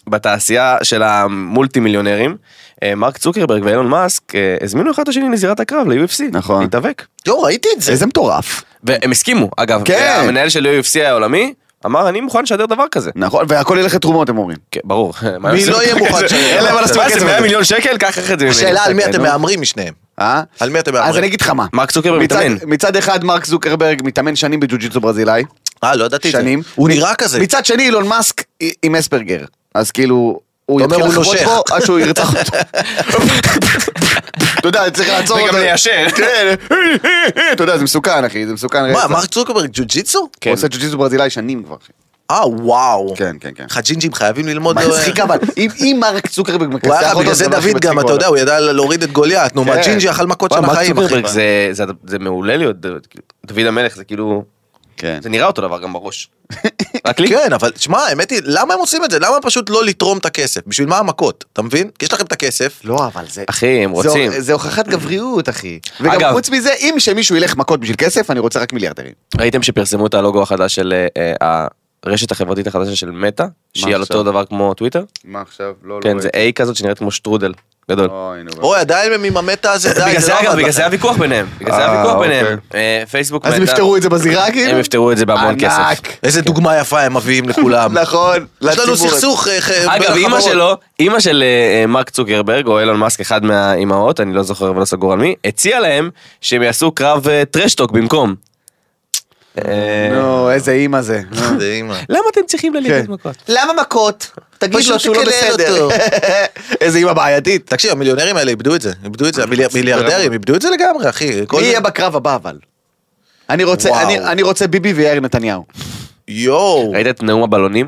בתעשייה של המולטי מיליונרים, אה, מרק צוקרברג ואילון מאסק אה, הזמינו אחד את השני לזירת הקרב, ל-UFC.
נכון.
להתאבק.
לא, ראיתי את זה.
איזה מטורף.
והם הסכימו, אגב.
כן.
המנהל של UFC העולמי אמר, אני מוכן לשדר דבר כזה.
נכון, והכל ילך לתרומות, הם אומרים.
כן, ברור. מה הם
מי
עושים?
לא יהיה מוכן לשלם?
אין להם מה לעשות
מה
בכסף
זה, 100
הזה.
מיליון שקל? קח איך את זה ממני.
השאלה על מי אתם
נו.
מהמרים משניהם.
אה?
על מי אתם
אז אני
מהמרים?
אגיד לך מה.
מרק צוקרברג
מצד-
מתאמן.
מצד אחד מרק זוקרברג מתאמן שנים בג'ו-ג'יצו ברזילאי.
אה, לא ידעתי את זה.
שנים.
הוא
מצ-
נראה כזה.
מצד שני אילון מאסק א- עם אספרגר. אז כאילו, הוא
אתה אומר,
יתחיל
הוא
לחבוט
נושך.
בו עד שהוא ירצח אותו. אתה יודע, צריך לעצור
וגם
אותו.
ליישר.
כן, אתה יודע, זה מסוכן, אחי, זה מסוכן.
מה,
רצח.
מרק צוקרברג ג'ו-ג'יצו?
כן.
הוא עושה ג'ו-ג'יסו ברזילאי שנים כבר. אחי.
אה, וואו.
כן, כן, כן.
חג'ינג'ים חייבים ללמוד... אה,
מצחיק אבל, אם- אם מרק צוקרברג
הוא
מכסח
היה
אותו,
בגלל זה
הדבר הכי
דוד
מצחיק
גם, אתה
בעולם.
יודע, הוא ידע להוריד את גוליית. נו, מה,
כן.
ג'ינג'י אכל מכות
וואי,
של
מרק
החיים, אחי.
צוקרברג זה- זה- זה מעולה להיות דוד- דוד המלך, זה כאילו...
כן.
זה נראה אותו דבר גם בראש. רק לי?
כן, אבל שמע, האמת היא, למה הם עושים את זה? למה פשוט לא לתרום את הכסף? בשביל מה המכות? אתה מבין? כי יש לכם את הכסף.
לא, אבל זה...
אחי, הם
זה-
רוצים.
זה הוכחת גבריות, אחי. וגם
אגב-
חוץ מזה, אם שמישהו ילך מכות בשביל כסף, אני רוצה רק מיליארדרים.
ראיתם שפרסמו את הלוגו החדש של אה, אה, הרשת החברתית החדשה של מטא? שהיא על
עכשיו?
אותו דבר כמו טוויטר?
מה עכשיו? לא, אה,
כן, זה A כזאת שנראית כמו שטרודל. גדול.
אוי, עדיין הם עם המטה הזה, די,
בגלל
זה לא
זה אגב,
עבד
בגלל זה
לכם.
היה ויכוח ביניהם. בגלל זה
אה,
היה ויכוח
אוקיי.
ביניהם. אה, פייסבוק
אז הם
מטא.
יפתרו את זה בזירה, כאילו?
הם יפתרו את זה בהמון
ענק.
כסף.
איזה דוגמה יפה הם מביאים לכולם.
נכון.
יש לנו
לציבור.
סכסוך אה, ח-
אגב,
בין
אימא
החברות.
שלו, אימא של אה, אה, מרק צוקרברג, או אילון מאסק, אחד מהאימהות, אני לא זוכר ולא סגור על מי, הציעה להם שהם יעשו קרב אה, טרשטוק במקום. אה,
נו, איזה אימא זה. אה,
זה אימא.
למה אתם צריכים ללכת
כן.
מכות?
למה מכות? תגיד לא
פשוט תקלל אותו.
איזה אימא בעייתית.
תקשיב, המיליונרים האלה איבדו את זה, איבדו את זה, המיליאר- מיליארדרים איבדו את זה לגמרי, אחי. כל
מי
זה-
יהיה בקרב הבא אבל? אני רוצה,
וואו.
אני, אני רוצה ביבי ויאיר נתניהו.
יואו.
ראית את נאום הבלונים?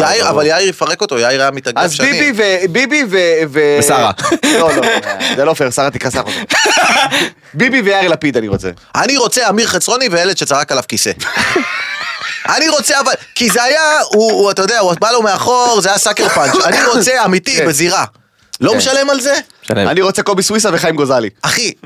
יאיר, אבל יאיר יפרק אותו, יאיר היה מתאגף
אז
שנים.
ביבי ו... ביבי ו... ו...
ושרה.
לא, לא, זה לא פייר, שרה תכסח אותו. ביבי ויאיר לפיד אני רוצה.
אני רוצה אמיר חצרוני וילד שצרק עליו כיסא. אני רוצה אבל, כי זה היה, הוא, הוא, אתה יודע, הוא בא לו מאחור, זה היה סאקר פאנץ', אני רוצה אמיתי
כן.
בזירה. לא משלם על זה?
שלם.
אני רוצה קובי סוויסה וחיים גוזלי.
אחי,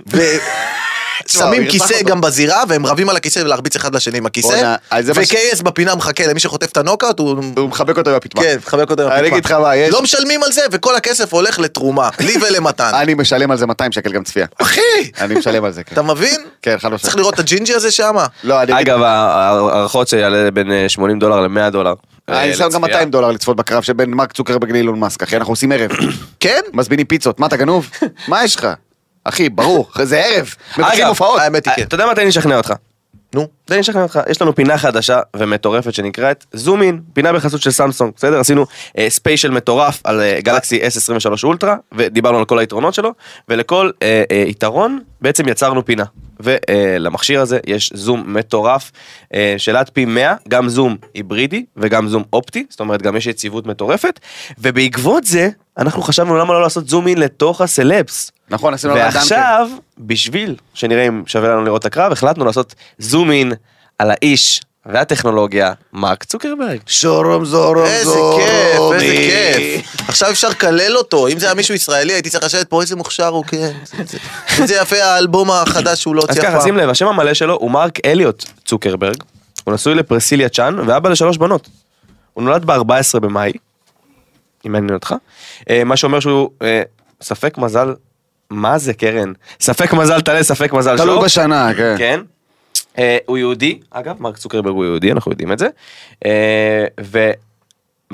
הוא
שמים
ירצח
כיסא
לא, אותו.
גם בזירה, והם רבים על הכיסא ולהרביץ אחד לשני עם הכיסא,
בואנה, אז זה מה ש-
וקייס בפינה מחכה למי שחוטף את הנוקאוט, הוא...
הוא מחבק אותו עם הפטמה.
כן, מחבק אותו עם
אני
הפטמה.
אגיד לך מה, יש-
לא משלמים על זה, וכל הכסף הולך לתרומה, לי ולמתן.
אני משלם על זה 200 שקל גם צפייה.
אחי!
אני משלם על זה, כן.
אתה מבין?
כן, חד משמעית.
צריך לראות את הג'ינג'י הזה שם.
לא, אני אגיד...
אגב, ההערכות שיעלה בין אה, 80 דולר ל-100 דולר. אה,
אני שם גם
לצפייה.
200 דולר לצפות בקרב שבין מרק צוקרברג לאילון מאסק, אחי, אנחנו עושים ערב.
כן?
מזמינים פיצות, מה אתה גנוב? מה יש לך? אחי, ברור, זה ערב. מבצעים
אגב,
הופעות.
האמת היא
אה,
כן.
אתה יודע מה? תן לי לשכנע אותך.
נו.
תן לי לשכנע אותך, יש לנו פינה חדשה ומטורפת שנקראת זום אין, פינה בחסות של סמסונג, בסדר? עשינו אה, ספיישל מטורף על אה, גלקסי S23 אולטרה, ודיברנו על כל היתרונות שלו, ולכל אה, אה, יתרון בעצם יצרנו פינה. ולמכשיר הזה יש זום מטורף אה, של עד פי 100, גם זום היברידי וגם זום אופטי, זאת אומרת גם יש יציבות מטורפת, ובעקבות זה אנחנו חשבנו למה לא לעשות זום אין לתוך הסלבס.
נכון, עשינו עליו דנקר.
ועכשיו, בשביל שנראה אם שווה לנו לראות את הקרב, החלטנו לעשות זום אין על האיש והטכנולוגיה, מרק צוקרברג.
שורום זורום
איזה
זורום.
כיף, איזה כיף. עכשיו אפשר לקלל אותו, אם זה היה מישהו ישראלי הייתי צריך לשבת פה איזה מוכשר הוא, כן. זה- איזה יפה האלבום החדש שהוא לא
אז
הוציא אף
ככה, שים
פעם.
לב, השם המלא שלו הוא מרק אליוט צוקרברג. הוא נשוי לפרסיליה צ'אן ואבא לשלוש בנות. הוא נולד ב-14 במאי, אם מעניין אותך. אה, מה שאומר שהוא אה, ספק מזל, מה זה קרן? ספק מזל טלה, ספק מזל שור.
תלוי בשנה, כן.
כן. אה, הוא יהודי, אגב, מרק צוקרברג הוא יהודי, אנחנו יודעים את זה. אה, ו...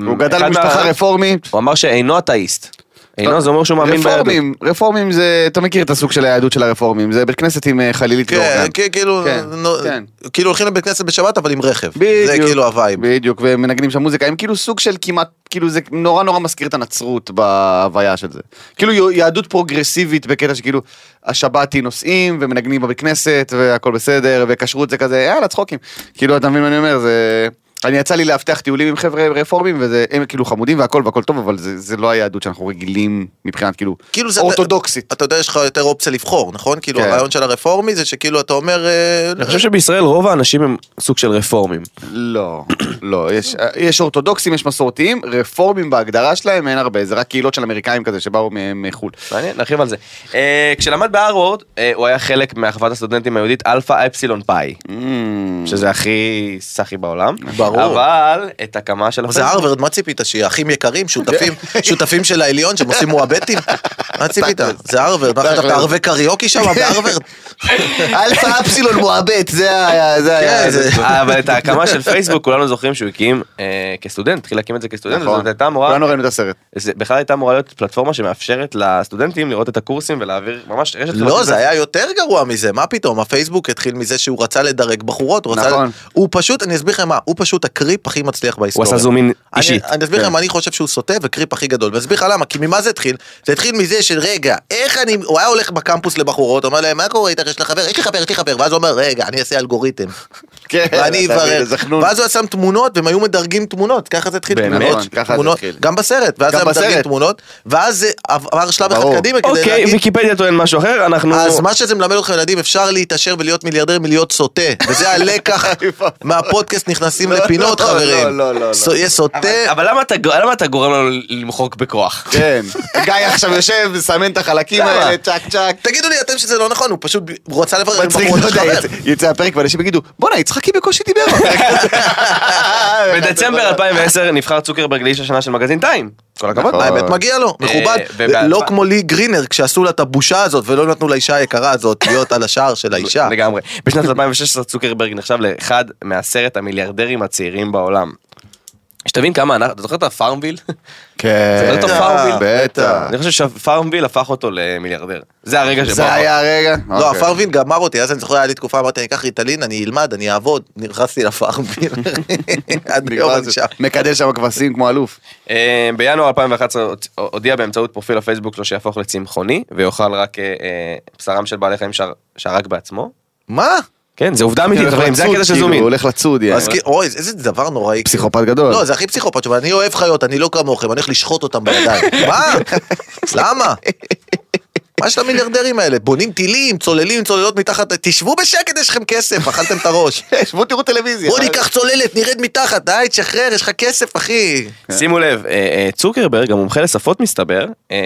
הוא גדל
אחד
במשפחה
מה-
רפורמית.
הוא אמר שאינו אתאיסט. אינו, זה אומר שהוא מאמין ביהדות.
רפורמים, רפורמים זה, אתה מכיר את הסוג של היהדות של הרפורמים, זה בית כנסת עם אה, חלילית
כן,
ואורגן.
כן, כאילו,
כן,
נו,
כן.
כאילו הולכים לבית כנסת בשבת אבל עם רכב.
בדיוק.
זה כאילו הווייב.
בדיוק, ומנגנים שם מוזיקה, הם כאילו סוג של כמעט, כאילו זה נורא נורא מזכיר את הנצרות בהוויה של זה. כאילו יה- יהדות פרוגרסיבית בקטע שכאילו השבת היא נוסעים ומנגנים בבית כנסת והכל בסדר, וכשרות זה כזה, יאללה צחוקים. כאילו אתה מבין מה אני אומר, זה... אני יצא לי לאבטח טיולים עם חבר'ה רפורמים וזה, הם כאילו חמודים והכל והכל טוב, אבל זה, זה לא היהדות שאנחנו רגילים מבחינת כאילו,
כאילו זה-
אורתודוקסית.
אתה יודע, יש לך יותר אופציה לבחור, נכון? כאילו
כן.
הרעיון של הרפורמי זה שכאילו אתה אומר... אה,
אני חושב שבישראל רוב האנשים הם סוג של רפורמים.
לא, לא, יש, יש אורתודוקסים, יש מסורתיים, רפורמים בהגדרה שלהם אין הרבה, זה רק קהילות של אמריקאים כזה שבאו מ- מחו"ל.
מעניין, נרחיב על זה. אה, כשלמד בהרווארד, אה, הוא היה חלק מאחוות הסטודנטים היהודית אלפא אפסילון פאי, שזה הכי סאחי בעולם.
ברור.
אבל את הקמה של...
אבל זה
הפייסבוק-
הרווארד, מה ציפית? שיהיה אחים יקרים, שותפים, שותפים של העליון שהם עושים מועבטים? מה ציפית? זה הרווארד, מה חשבת, ערבי קריוקי שם בהרווארד?
אלפא אפסילון מועבט, זה היה, זה היה,
כן, זה-
זה-
אבל את ההקמה של פייסבוק כולנו זוכרים שהוא הקים אה, כסטודנט, התחיל להקים את זה כסטודנט,
נכון.
וזאת הייתה אמורה...
כולנו ראינו את הסרט.
זה בכלל הייתה אמורה להיות פלטפורמה שמאפשרת לסטודנטים לראות את הקורסים ולהעביר ממש רשת.
לא,
חברתית.
זה היה יותר גרוע מזה, מה פתאום? הפייסבוק התחיל מזה שהוא רצה לדרג בחורות, הוא רצה...
נכון.
הוא פשוט, אני אסביר לכם מה, הוא פשוט פשוט הקריפ הכי מצליח
הוא
בהיסטוריה.
עשה זומין
אני-
אישית.
אני אסביר לך מה אני חושב שהוא סוטה וקריפ הכי גדול, ואסביר לך למה, כי ממה זה התחיל? זה התחיל מזה של רגע, איך אני, הוא היה הולך בקמפוס לבחורות, אומר להם, מה קורה איתך, יש לך חבר, יש לי חבר, יש לי חבר, ואז הוא אומר, רגע, אני אעשה אלגוריתם,
כן,
ואני
אתה מבין,
אברר,
זה חנון.
ואז הוא היה שם תמונות, והם היו מדרגים תמונות, ככה זה התחיל,
באמת?
תמונות,
נכון, ככה זה
תמונות,
התחיל.
גם בסרט, ואז
גם
היה מדרגים
בסרט.
תמונות, ואז זה עבר שלב אחד
ברור.
קדימה כדי
אוקיי,
להגיד,
ויקיפדיה טוען משהו אחר, אנחנו...
אז מה שזה מלמד אותך ילדים, אפשר להתעשר ולהיות מיליארדר מלהיות סוטה. וזה הלקח מהפודקאסט נכנסים
לא,
לפינות
לא,
חברים.
לא, לא, לא, לא.
סו- יהיה סוטה.
אבל למה אתה גו- למה אתה גורם לנו למחוק בכוח?
כן. גיא עכשיו יושב, מסמן את החלקים
למה?
האלה, צ'ק צ'ק.
תגידו לי אתם שזה לא נכון, הוא פשוט רוצה לברר עם
מצחיק,
בחורות
לא יודע,
חבר.
יצא- יצא הפרק ואנשים יגידו, בואנה, יצחקי בקושי דיבר. בפרק הזה."
כן,
בדצמבר 2010 נבחר צוקרברג לאיש השנה של מגזין טיים. כל הכבוד.
נכון.
האמת מגיע לו, מכובד.
ובעצמה.
לא כמו לי גרינר כשעשו לה את הבושה הזאת ולא נתנו לאישה היקרה הזאת להיות על השער של האישה.
אה, לגמרי. בשנת 2016 צוקרברג נחשב לאחד מעשרת המיליארדרים הצעירים בעולם. שתבין כמה אנחנו, אתה זוכר את הפארמוויל?
כן.
זוכר את הפארמוויל?
בטח.
אני חושב שהפארמוויל הפך אותו למיליארדר. זה הרגע שבו...
זה היה הרגע?
לא,
אוקיי.
הפרווין גמר אותי, אז אני זוכר, היה לי תקופה, אמרתי, אני אקח ריטלין, אני אלמד, אני אעבוד. נכנסתי לפרווין. עד היום אני
נגמר
לא
זה.
שם.
מקדש שם כבשים כמו אלוף.
אה, בינואר 2011 הוצ- הודיע באמצעות פרופיל הפייסבוק שלו שיהפוך לצמחוני ויאכל רק אה, אה, בשרם של בעלי חיים שר- שהרג בעצמו.
מה?
כן, זה עובדה אמיתית,
הולך
חברים, זה
לצוד,
הקטע של
כאילו,
זומין.
הוא הולך לצוד, יאללה.
אז כי- אוי, איזה דבר נוראי.
פסיכופת גדול.
לא, זה הכי פסיכופת שלו, אבל אני אוהב חיות, אני לא כמוכם, אני הולך לשחוט אותם בידיים. מה? למה? מה של המיליארדרים האלה? בונים טילים, צוללים, צוללות מתחת, תשבו בשקט, יש לכם כסף, אכלתם את הראש.
שבו תראו טלוויזיה.
בוא ניקח צוללת, נרד מתחת, די, תשחרר, יש לך כסף, אחי.
כן.
שימו לב, אה, אה, צוקרברג המומחה לשפות מסתבר, אה,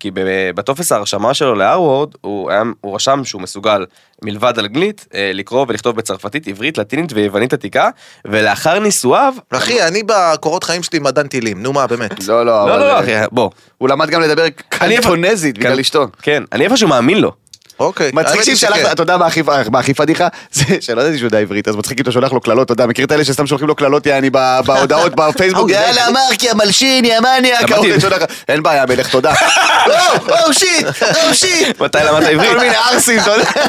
כי ב- בטופס ההרשמה שלו להרווארד, הוא היה- הוא רשם שהוא מסוגל, מלבד אנגלית, אה, לקרוא ולכתוב בצרפתית, עברית, לטינית ויוונית עתיקה, ולאחר נישואיו...
אחי, אני בקורות חיים שלי מדען טילים, נו מה, באמת.
לא, לא,
לא,
אבל...
לא, לא, אחי, בוא.
הוא למד גם לדבר
אני איפה-
קנטונזית בגלל
כן,
אשתו.
כן, אני איפשהו מאמין לו.
אוקיי.
מצחיק
האמת היא
ששלח,
כן.
שכן.
אתה יודע מה הכי- מה הכי פדיחה? זה שלא ידעתי שהוא יודע עברית, אז מצחיק אם אתה שולח לו קללות, אתה יודע, מכיר את אלה שסתם שולחים לו קללות, יעני, ב- בהודעות, בפייסבוק,
אוקיי.
אה, הוא יודע
יאללה,
עברית.
אוקיי, אמר כי המלשין, יא מניאק,
למדתי.
ההורים שולח לך, אין בעיה, מלך, תודה. או, או, שיט, או, שיט.
מתי למדת עברית?
כל מיני ערסים, אתה יודע.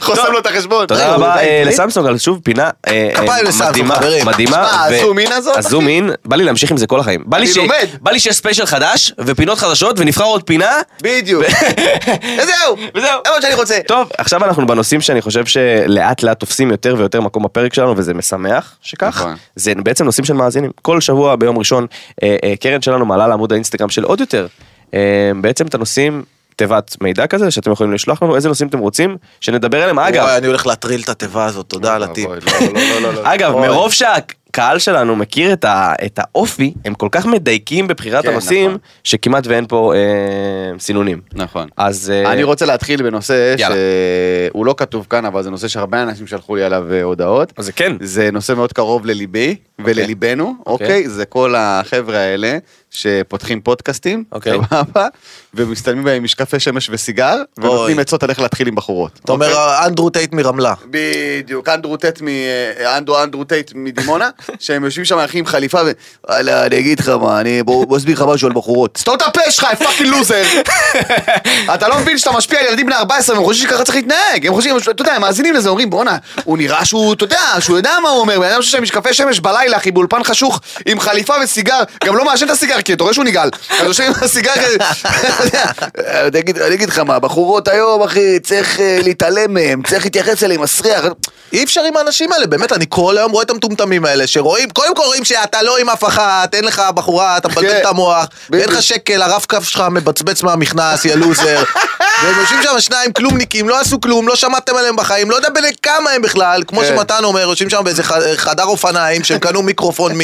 חוסם לו את החשבון.
תודה רבה אה, לסמסונג על שוב פינה אה, אה,
כפיים לסמסונג,
מדהימה,
חברים.
מדהימה.
שמע,
ו-
הזום אין הזאת, אחי?
הזום אין, בא לי להמשיך עם זה כל החיים. בא לי
אני
ש-
לומד.
בא לי שיש ספיישל חדש ופינות חדשות ונבחר עוד פינה.
בדיוק.
אה,
וזהו,
וזהו.
זה מה שאני רוצה.
טוב, עכשיו אנחנו בנושאים שאני חושב שלאט לאט תופסים יותר ויותר מקום בפרק שלנו, וזה משמח שכך.
נכון.
זה בעצם נושאים של מאזינים. כל שבוע ביום ראשון, אה, אה, קרן שלנו מעלה לעמוד האינסטגרם של עוד יותר. אה, בעצם את הנושאים, תיבת מידע כזה, שאתם יכולים לשלוח לנו, איזה נושאים אתם רוצים, שנדבר עליהם. אגב,
וואי, אני הולך להטריל את התיבה הזאת, תודה על הטיפ.
לא, אגב, מרוב שהקהל שלנו מכיר את, ה, את האופי, הם כל כך מדייקים בבחירת
כן,
הנושאים,
נכון.
שכמעט ואין פה אה, סינונים.
נכון.
אז... אה,
אני רוצה להתחיל בנושא
יאללה.
שהוא לא כתוב כאן, אבל זה נושא שהרבה אנשים שלחו לי עליו אה, הודעות.
אז זה כן.
זה נושא מאוד קרוב לליבי ולליבנו,
אוקיי.
אוקיי? זה כל החבר'ה האלה שפותחים פודקאסטים,
אוקיי.
סבבה? ומצטלמים בהם עם משקפי שמש וסיגר, ונותנים
אוי.
עצות על איך להתחיל עם בחורות. אוקיי?
אתה אומר, אנדרו טייט מרמלה.
בדיוק, אנדרו טייט מ... אנדרו אנדרו טייט מדימונה, שהם יושבים שם אחי עם חליפה ו... וואלה, אני אגיד לך מה, אני... בוא בוא אסביר לך משהו על בחורות. סתום את הפה שלך, יא פאקינג לוזר! אתה לא מבין שאתה משפיע על ילדים בני 14, והם חושבים שככה צריך להתנהג. הם חושבים, אתה יודע, הם מאזינים לזה, אומרים, בואנה, הוא נראה שהוא, אתה יודע, שהוא יודע מה הוא אומר, בן אדם שיש להם משקפי שמש בלילה, אחי, באולפן חשוך, עם חליפה וסיגר, גם לא מעשן את הסיגר, כי אתה רואה שהוא נגעל. אז יושב עם הסיגר כזה, אתה יודע, אני אגיד- אני אגיד לך מה, בחורות היום, אחי, צריך אה, להתעלם מהם, צריך להתייחס אליהם, מסריח.
אי אפשר עם האנשים האלה, באמת, אני כל היום רואה את המטומטמים האלה, שרואים, קודם כל רואים שאתה לא עם אף אחת, אין לך בחורה, אתה מבלבל
כן.
את המוח,
בדיוק.
אין לך שקל, הרב קו שלך מבצבץ מהמכנס, יא לוזר. והם יושבים שם שניים כלומניקים, לא עשו כלום, לא שמעתם עליהם בחיים, לא יודע בני כמה הם בכלל, כמו
כן.
שמתן אומר, יושבים שם באיזה ח- חדר אופניים, שהם קנו מיקרופון מ...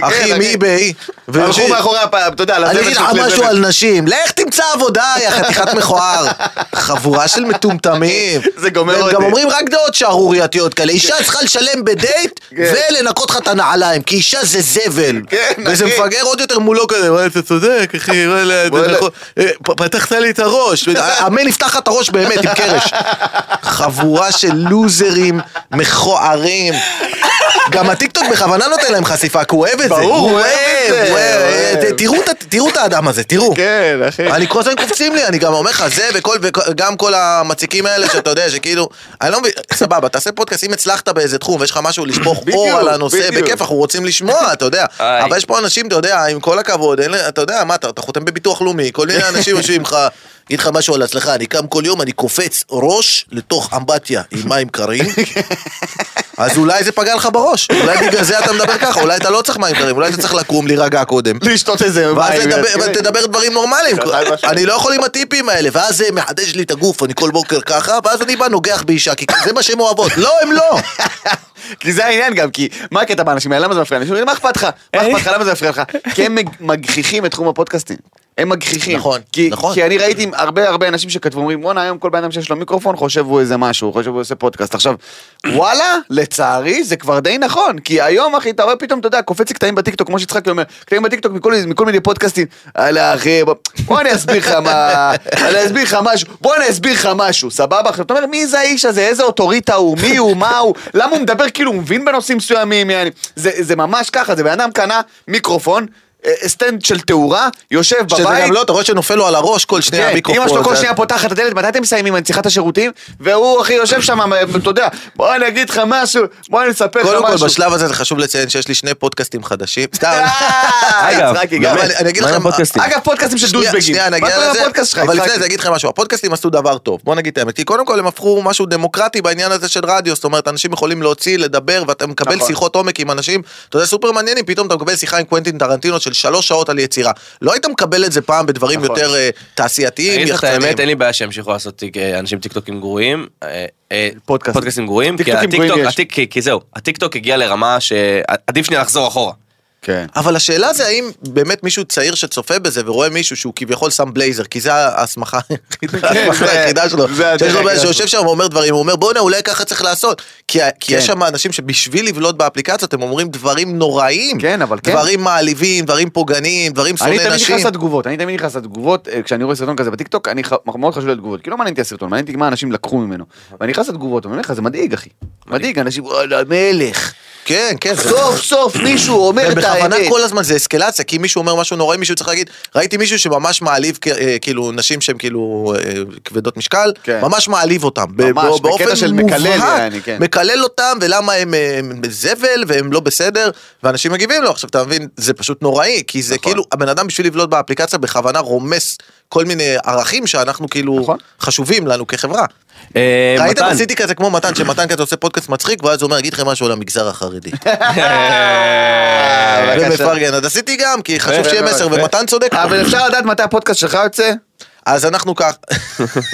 אחי,
כן.
מאי-ביי.
הלכו מאחורי הפעם, אתה יודע,
אני אגיד לך משהו על נשים, לך תמצא עבודה, יא חתיכת מכוער. חבורה של מטומטמים.
זה גומר
והם
אותי. כן.
גם אומרים רק דעות שערורייתיות כאלה. אישה צריכה לשלם בדייט ולנקות לך את הנעליים, כי אישה זה זבל.
כן,
וזה
אחי.
מפגר עוד יותר מולו כזה, וואי, אתה צודק, אחי, וואלה, זה
וואלה.
נכון. אה, פ- פתחת לי את הראש. המן יפתח לך את הראש באמת עם קרש. חבורה של לוזרים מכוערים. גם הטיקטוק בכוונה נותן להם חשיפה, כי הוא אוהב את זה.
ברור, הוא אוהב את זה.
הוא אוהב, תראו את ה- תראו את האדם הזה, תראו.
כן, אחי.
אני כל הזמן קופצים לי, אני גם אומר לך, זה וכל, וגם כל המציקים האלה שאתה יודע, שכאילו, אני לא מבין, סבבה, תעשה פודקאסט, אם הצלחת באיזה תחום ויש לך משהו לשפוך
בדיוק,
אור על הנושא,
בדיוק.
בכיף, אנחנו רוצים לשמוע, אתה יודע.
איי.
אבל יש פה אנשים, אתה יודע, עם כל הכבוד, אין לה- אתה יודע, מה, אתה אתה חותם בביטוח לאומי, כל מיני אנשים יושבים לך, אגיד לך משהו על עצמך, אני קם כל יום, אני קופץ ראש לתוך אמבטיה עם מים קרים, אז אולי זה פגע לך בראש, אולי בגלל זה אתה מדבר ככה, אולי אתה לא צריך מים קרים, אולי אתה צריך לקום, להירגע קודם.
לשתות איזה
ואז
מים.
תדבר-
כן.
תדבר דברים נורמליים,
אתה חי בשלום.
אני לא יכול עם הטיפים האלה, ואז זה מחדש לי את הגוף, אני כל בוקר ככה, ואז אני בא נוגח באישה, כי זה מה שהן אוהבות, לא, הם לא!
כי זה העניין גם, כי מה הקטע באנשים האלה? למה זה מפריע? אנשים אומרים, מה אכפת לך? מה אכפת לך? למה זה מפריע לך? כי הם מג- מגחיכים את תחום הפודקאסטים. הם מגחיכים.
נכון,
כי,
נכון.
כי אני ראיתי הרבה הרבה אנשים שכתבו, אומרים, בואנה, היום כל בן אדם שיש לו מיקרופון חושב הוא איזה משהו, חושב הוא עושה פודקאסט. עכשיו, וואלה, לצערי, זה כבר די נכון. כי היום, אחי, אתה רואה פתאום, אתה יודע, קופץ לי קטעים בטיקטוק, כמו שיצחקי אומר, קטעים בטיקטוק מכל, מכל מיני פודקאסטים. אללה, אחי, בוא, בוא אני אסביר לך מה... אני אסביר לך משהו, בוא אני אסביר לך משהו, סבבה? עכשיו, אתה אומר, מי זה האיש הזה? איזה אוטוריטה הוא? מי הוא? מה הוא? למה הוא מדבר כאילו הוא מבין בנושאים מסוימים? יעני? זה, זה ממש ככה, זה בן אדם קנה מיקרופון. אה, סטנד של תאורה, יושב בבית,
שזה גם לא, אתה רואה שנופל לו על הראש כל שנייה
כן,
המיקרופון.
אמא שלו כל
זה-
שנייה פותחת את הדלת, מתי אתם מסיימים? אני צריכה את השירותים? והוא, אחי, יושב שם, אתה יודע, בוא אני אגיד לך משהו, בוא אני אספר לך משהו.
קודם כל, בשלב הזה זה חשוב לציין שיש לי שני פודקאסטים חדשים. סתם.
אה,
אגב,
יצחקי,
גם
גם.
אני- אני אגיד
מה עם
לכם,
הפודקאסטים?
אגב, פודקאסטים של
שנייה,
דודבגים.
שנייה, נגיע
מה קורה
לזה,
לפודקאסט שלך,
אבל
יצחקי?
לפני זה אני אגיד לכם משהו, הפודקאסטים עשו דבר טוב, בוא נגיד את האמת, כי קודם כל הם הפכו משהו דמוקרטי בעניין הזה של רדיו, זאת אומרת אנשים יכולים להוציא, לדבר, ואתה מקבל
נכון.
שיחות עומק עם אנשים, אתה יודע, סופר מעניינים, פתאום אתה מקבל שיחה עם קוונטין טרנטינו של שלוש שעות על יצירה. לא היית מקבל את זה פעם בדברים
נכון.
יותר אה, תעשייתיים,
אגיד לך את האמת, אין
יחצניים.
לי בעיה שימשיכו לעשות טיק- אה, אנשים טיקטוקים גרועים. אה, אה,
פודקאסט.
פודקאסטים גרועים. כי
טיקטוקים גרועים
הטיקטוק,
יש.
הטיק- כי- כי זהו, הטיקטוק הגיע לרמה שעדיף שנייה לחזור אחורה.
כן.
אבל השאלה זה האם באמת מישהו צעיר שצופה בזה ורואה מישהו שהוא כביכול שם בלייזר, כי זה ההסמכה היחידה ההסמכה
כן, זה-
היחידה שלו,
זה הדרך
שיש לו בעיה
היחידה
שיושב שם ואומר דברים, הוא אומר בואנה אולי ככה צריך לעשות, כי ה- כי יש
כן.
שם אנשים שבשביל לבלוט באפליקציות הם אומרים דברים נוראים,
כן, אבל כן.
דברים מעליבים, דברים פוגעניים, דברים
אני
שונאי
תמיד נכנס
נשים,
לתגובות, אני תמיד נכנס לתגובות, אה, כשאני רואה סרטון כזה בטיקטוק, אני ח- מאוד חשוב לי התגובות, כי לא מעניין אותי הסרטון, מעניין אותי מה אנשים לקחו ממנו. ואני נכנס לתגובות, אני אומר לך, זה מדאיג אחי. מדאיג, אנשים, וואלה, מלך.
כן כן, זה-
סוף סוף מישהו אומר את האמת.
ובכוונה כל הזמן זה אסקלציה, כי אם מישהו אומר משהו נוראי, מישהו צריך להגיד, ראיתי מישהו שממש מעליב, כ- אה, כאילו, נשים שהן כאילו אה, כבדות משקל,
כן.
ממש מעליב אותם. ב-
ממש,
ב- באופן
בקטע של
מובהק,
מקלל, יעני, כן.
מקלל אותם, ולמה הם אה, הם זבל, והם לא בסדר, ואנשים מגיבים לו. עכשיו, אתה מבין, זה פשוט נוראי, כי זה
נכון.
כאילו, הבן אדם בשביל לבלוט באפליקציה, בכוונה רומס כל מיני ערכים שאנחנו כאילו,
נכון.
חשובים לנו כחברה.
אה,
ראיתם?
מתן,
עשיתי כזה כמו מתן, שמתן כזה עושה פודקאסט מצחיק, ואז הוא אומר, אגיד לכם משהו על המגזר החרדי.
אה,
אה, ומפרגן, אז עשיתי גם, כי חשוב
יפה
שיהיה
מאוד,
מסר,
יפה.
ומתן צודק.
אבל אפשר לדעת מתי הפודקאסט שלך יוצא?
אז אנחנו כך,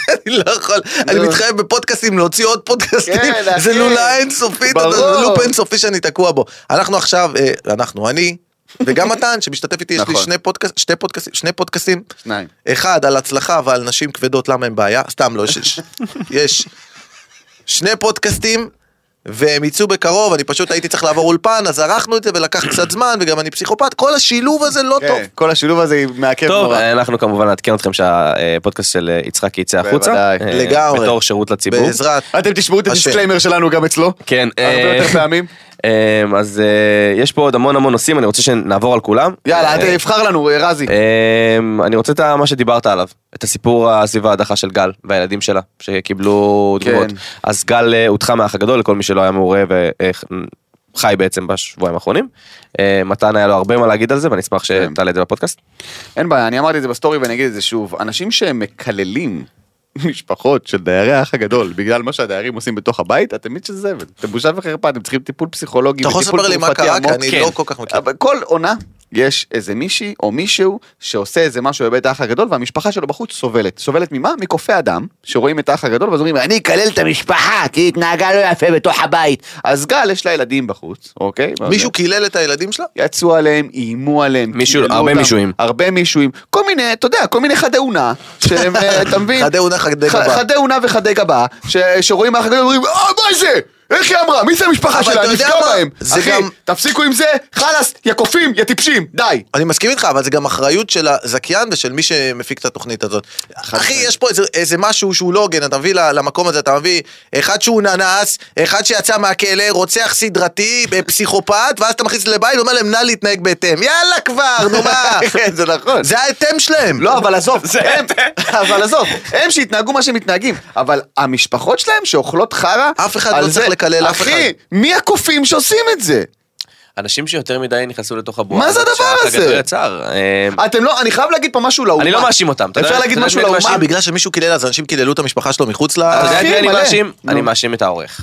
אני לא יכול, אני מתחייב בפודקאסטים להוציא עוד פודקאסטים,
כן,
זה
אחי.
לולה אינסופית, אתה- זה
ברור.
לופ אינסופי שאני תקוע בו. אנחנו עכשיו, אה, אנחנו, אני, וגם מתן שמשתתף איתי, יש לי
נכון.
שני פודקאס- שתי פודקאסטים, שני פודקאסטים,
שניים.
אחד על הצלחה ועל נשים כבדות למה הם בעיה, סתם לא, יש- יש- יש שני פודקאסטים. והם יצאו בקרוב, אני פשוט הייתי צריך לעבור אולפן, אז ערכנו את זה ולקח קצת זמן, וגם אני פסיכופת, כל השילוב הזה לא טוב.
כן, כל השילוב הזה מעכב
טוב,
נורא.
אה, אנחנו כמובן נעדכן אתכם שהפודקאסט של אה, יצחקי יצא החוצה.
בוודאי.
אה,
לגמרי.
בתור שירות לציבור.
בעזרת...
אתם תשמעו את
השם.
הדיסקליימר שלנו גם אצלו.
כן.
הרבה
אה,
יותר פעמים.
אה, אז אה, יש פה עוד המון המון נושאים, אני רוצה שנעבור על כולם.
יאללה,
אה,
אתה תבחר לנו, אה, רזי.
אמ, אני רוצה את ה- מה שדיברת עליו, את הסיפור אה, סביב ההדחה של גל והילדים שלה, שקיבלו
כן.
דמות. אז גל אה, הודחה מהאח הגדול לכל מי שלא היה מעורה וחי בעצם בשבועיים האחרונים. אה, מתן היה לו הרבה מה להגיד על זה ואני אשמח
כן.
שתעלה את זה בפודקאסט.
אין בעיה, אני אמרתי את זה בסטורי ואני אגיד את זה שוב. אנשים שמקללים משפחות של דיירי האח הגדול בגלל מה שהדיירים עושים בתוך הבית, אתם מיץ של זבל. אתם בושה וחרפה, אתם צריכים טיפול פסיכולוגי
אתה יכול
וטיפול
לספר לי מה
תרופתי
קרה? כי
עמוק.
אני
כן.
לא כל כך מכיר.
אבל כל עונה יש איזה מישהי או מישהו שעושה איזה משהו בבית האח הגדול והמשפחה שלו בחוץ סובלת. סובלת ממה? מקופי אדם שרואים את האח הגדול ואז אומרים אני אקלל את המשפחה כי היא התנהגה לא יפה בתוך הבית. אז גל יש לה ילדים בחוץ, אוקיי?
מישהו קילל את הילדים שלה?
יצאו עליהם, איימו עליהם,
מישהו-
קיללו
הרבה
אותם,
מישועים.
הרבה מישועים, כל מיני, אתה יודע, כל מיני חדי אונה, שהם, אה, אתה מבין?
חדי אונה, חדי
ח-
גבה.
חדי אונה וחדי גבה, ש- שרואים אחר כך ואומרים, אה, מה זה? איך היא אמרה? מי זה המשפחה
אבל
שלה?
אתה יודע
נפגע
מה?
בהם.
זה
אחי,
גם-
תפסיקו עם זה, חלאס, יא קופים, יא טיפשים, די.
אני מסכים איתך, אבל זה גם אחריות של הזכיין ושל מי שמפיק את התוכנית הזאת. אחי, יש פה איזה, איזה משהו שהוא לא הוגן, אתה מביא ל- למקום הזה, אתה מביא אחד שהוא ננס, אחד שיצא מהכלא, רוצח סדרתי, אה, פסיכופת, ואז אתה מכניס לבית ואומר להם, נא להתנהג בהתאם. יאללה כבר, נו מה?
כן, זה נכון.
זה ההתאם שלהם.
לא, אבל עזוב, הם, אבל עזוב, הם שהתנהגו מה שהם מתנהגים, אבל המשפחות שלהם שאוכלות חרא,
אף אחד
על
לא צריך
זה-
לקלל אף
אחי,
אחד.
מי הקופים שעושים את זה?
אנשים שיותר מדי נכנסו לתוך הבועה.
מה זה
הזאת,
הדבר
שהאח
הזה?
הגדול יצר. אה,
אתם לא, אני חייב להגיד פה משהו לאומה.
אני לא מאשים אותם, אתה יודע-
אפשר להגיד
אתה יודע
משהו
מי אני
לאומה.
אה, בגלל שמישהו קילל אז אנשים קיללו את המשפחה שלו מחוץ ל...
אתה יודע את
אחי,
מי אני
מלא.
מאשים?
נו.
אני מאשים את העורך.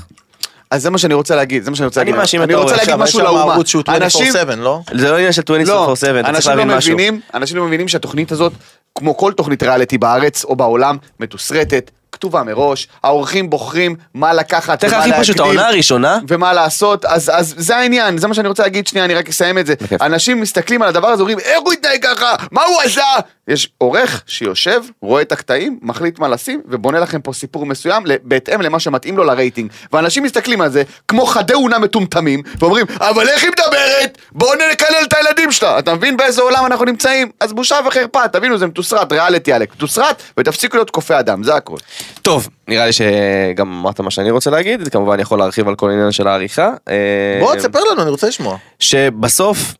אז זה מה שאני רוצה להגיד, זה מה שאני רוצה
אני
להגיד.
מאשים את
אני רוצה
ההורה.
להגיד
עכשיו,
משהו
יש שם
לאומה.
ערוץ שהוא
אנשים-
24/7, לא?
זה לא עניין של 24/7,
לא,
אתה צריך
אנשים
להבין
לא
משהו.
מבינים, אנשים לא מבינים שהתוכנית הזאת, כמו כל תוכנית ריאליטי בארץ או בעולם, מתוסרטת, כתובה מראש, האורחים בוחרים מה לקחת,
תן לך
ומה
הכי פשוט,
להגדיל,
העונה הראשונה,
ומה לעשות, אז, אז זה העניין, זה מה שאני רוצה להגיד, שנייה, אני רק אסיים את זה.
בכיף.
אנשים מסתכלים על הדבר הזה, אומרים, איך הוא התנהג ככה? מה הוא עשה? יש עורך שיושב, רואה את הקטעים, מחליט מה לשים, ובונה לכם פה סיפור מסוים, ל- בהתאם למה שמתאים לו לרייטינג. ואנשים מסתכלים על זה, כמו חדי אונה מטומטמים, ואומרים, אבל איך היא מדברת? בואו נקלל את הילדים שלה. אתה מבין באיזה עולם אנחנו נמצאים? אז בושה וחרפה, תבינו, זה מתוסרט, ריאליטי עלק. מתוסרט, ותפסיקו להיות קופי אדם, זה הכל.
טוב, נראה לי שגם אמרת מה שאני רוצה להגיד, זה כמובן יכול להרחיב על כל עניין של העריכה. אה,
בוא, תספר לנו, אני רוצה לשמוע.
שבסוף,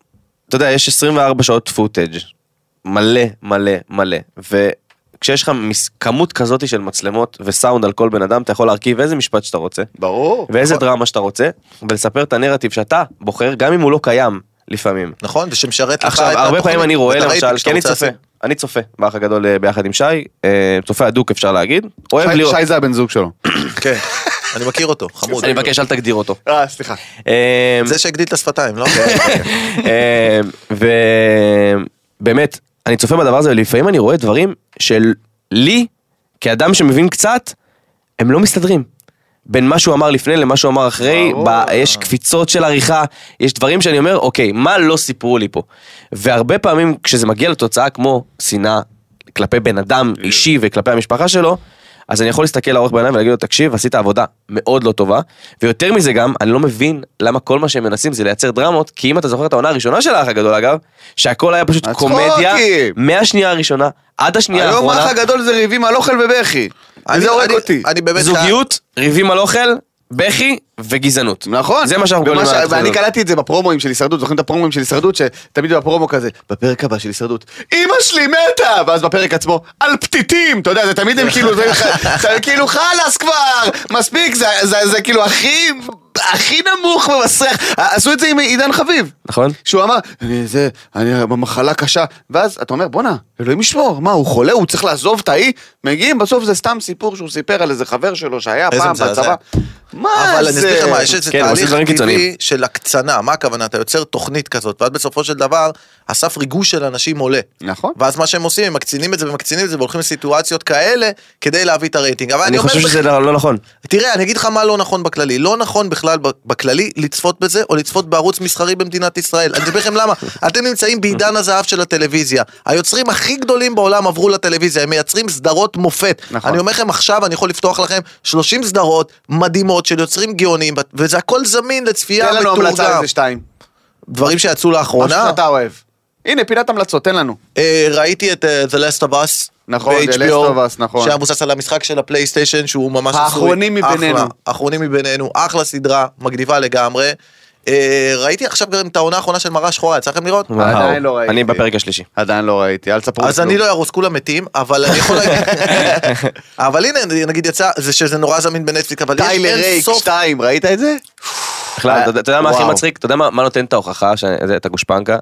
אתה יודע, יש 24 שעות פוטאג' מלא מלא מלא, וכשיש לך מס- כמות כזאת של מצלמות וסאונד על כל בן אדם, אתה יכול להרכיב איזה משפט שאתה רוצה,
ברור.
ואיזה דרמה שאתה רוצה, ולספר את הנרטיב שאתה בוחר, גם אם הוא לא קיים לפעמים.
נכון? ושמשרת לך
עכשיו,
את
הרבה
התוכנית,
פעמים אני רואה
את
למשל,
הרייטינג
כי
שאתה
אני
רוצה
צופה,
לעשות.
אני צופה באח הגדול אה, ביחד עם שי, אה, צופה הדוק אפשר להגיד, אוהב
שי-
לראות,
שי זה הבן זוג שלו.
כן, אני מכיר אותו, חמוד.
אני מבקש אל תגדיר אותו.
אה, סליחה.
אה,
זה שהגדיל את השפתיים, לא?
כן. ובאמת, אמ, אני צופה בדבר הזה, ולפעמים אני רואה דברים של לי, כאדם שמבין קצת, הם לא מסתדרים. בין מה שהוא אמר לפני למה שהוא אמר אחרי,
ברור.
ב, יש קפיצות של עריכה, יש דברים שאני אומר, אוקיי, מה לא סיפרו לי פה? והרבה פעמים כשזה מגיע לתוצאה כמו שנאה כלפי בן אדם אישי וכלפי המשפחה שלו, אז אני יכול להסתכל לעורך בעיניים ולהגיד לו, תקשיב, עשית עבודה מאוד לא טובה, ויותר מזה גם, אני לא מבין למה כל מה שהם מנסים זה לייצר דרמות, כי אם אתה זוכר את העונה הראשונה של האח הגדול אגב, שהכל היה פשוט
הצחוקים.
קומדיה, מהשנייה הראשונה עד השנייה
היום
האחרונה,
האח הגדול זה ריבים על אוכל ובכי.
אני-
וזה הורג
אני-
אותי.
אני באמת...
זוגיות, ריבים על אוכל, בכי וגזענות.
נכון.
זה מה שאנחנו
ומה
קוראים
ש-
מהתחום
ואני
הזה.
קלטתי את זה בפרומואים של הישרדות, זוכרים את הפרומואים של הישרדות, שתמיד בפרומו כזה, בפרק הבא של הישרדות, אמא שלי מתה! ואז בפרק עצמו, על פתיתים! אתה יודע, זה תמיד הם כאילו, זה- זה כאילו חלאס כבר! מספיק, זה- זה זה כאילו הכי... הכי נמוך ומסריח, עשו את זה עם עידן חביב.
נכון.
שהוא אמר, אני זה, אני במחלה קשה, ואז אתה אומר, בואנה, אלוהים ישמור, מה, הוא חולה, הוא צריך לעזוב את האי? מגיעים, בסוף זה סתם סיפור שהוא סיפר על איזה חבר שלו שהיה
איזה
פעם
מזעזע.
בצבא. מה זה?
אבל אני אסביר לך מה, יש איזה
כן, הוא עושה
תהליך
דברים
טבעי
קיצוניים.
של הקצנה, מה הכוונה? אתה יוצר תוכנית כזאת, ואז בסופו של דבר, הסף ריגוש של אנשים עולה.
נכון.
ואז מה שהם עושים, הם מקצינים את זה ומקצינים את זה, והולכים לסיטואציות כאלה, כדי להביא את הרייטינג. אבל
אני
אומר
חושב
לך-
שזה לא לא נכון.
תראה, אני אגיד לך מה לא נכון בכללי. לא נכון בכלל ב- בכללי לצפות בזה, או לצפות בערוץ מסחרי במדינת ישראל. אני אסביר לכם למה. אתם נמצאים בעידן הזהב של הטלוויזיה. היוצרים הכי גדולים בעולם עברו לטלוויזיה, הם מייצרים סדרות מופת.
נכון.
אני אומר לכם עכשיו, אני יכול לפתוח לכם 30 סדרות מדהימות של יוצרים גאונים, וזה הכל זמין לצפייה
תן לנו המלצה על
מתורגם.
איזה שתיים.
דברים שיצאו
משהו
לאחרונה,
שאתה אוהב. הנה, פינת המלצות, תן לנו.
אה, ראיתי את אה, The Last of Us.
נכון, The
ב- HBO,
Last of Us, נכון.
שהיה מבוסס על המשחק של הפלייסטיישן, שהוא ממש...
האחרונים
עשוי.
מבינינו.
אחלה, האחרונים מבינינו, אחלה סדרה, מגניבה לגמרי. אה, ראיתי עכשיו גם את העונה האחרונה של מראה שחורה, יצא לכם לראות?
וואו.
לא ראיתי.
אני בפרק השלישי.
עדיין לא ראיתי, אל תספרו. לי
אז
כלום.
אני לא ארוס, כולם מתים, אבל אני יכול להגיד... אבל הנה, נגיד יצא, זה שזה נורא זמין בנטפליקס, אבל יש
טיילר
אין
רייק
סוף...
2, ראית את זה?
בכלל, אתה יודע- אתה יודע מה הכי
אה, וואו.
מצחיק? אתה יודע מה מה נותן את ההוכחה, ש- זה- את הגושפנקה?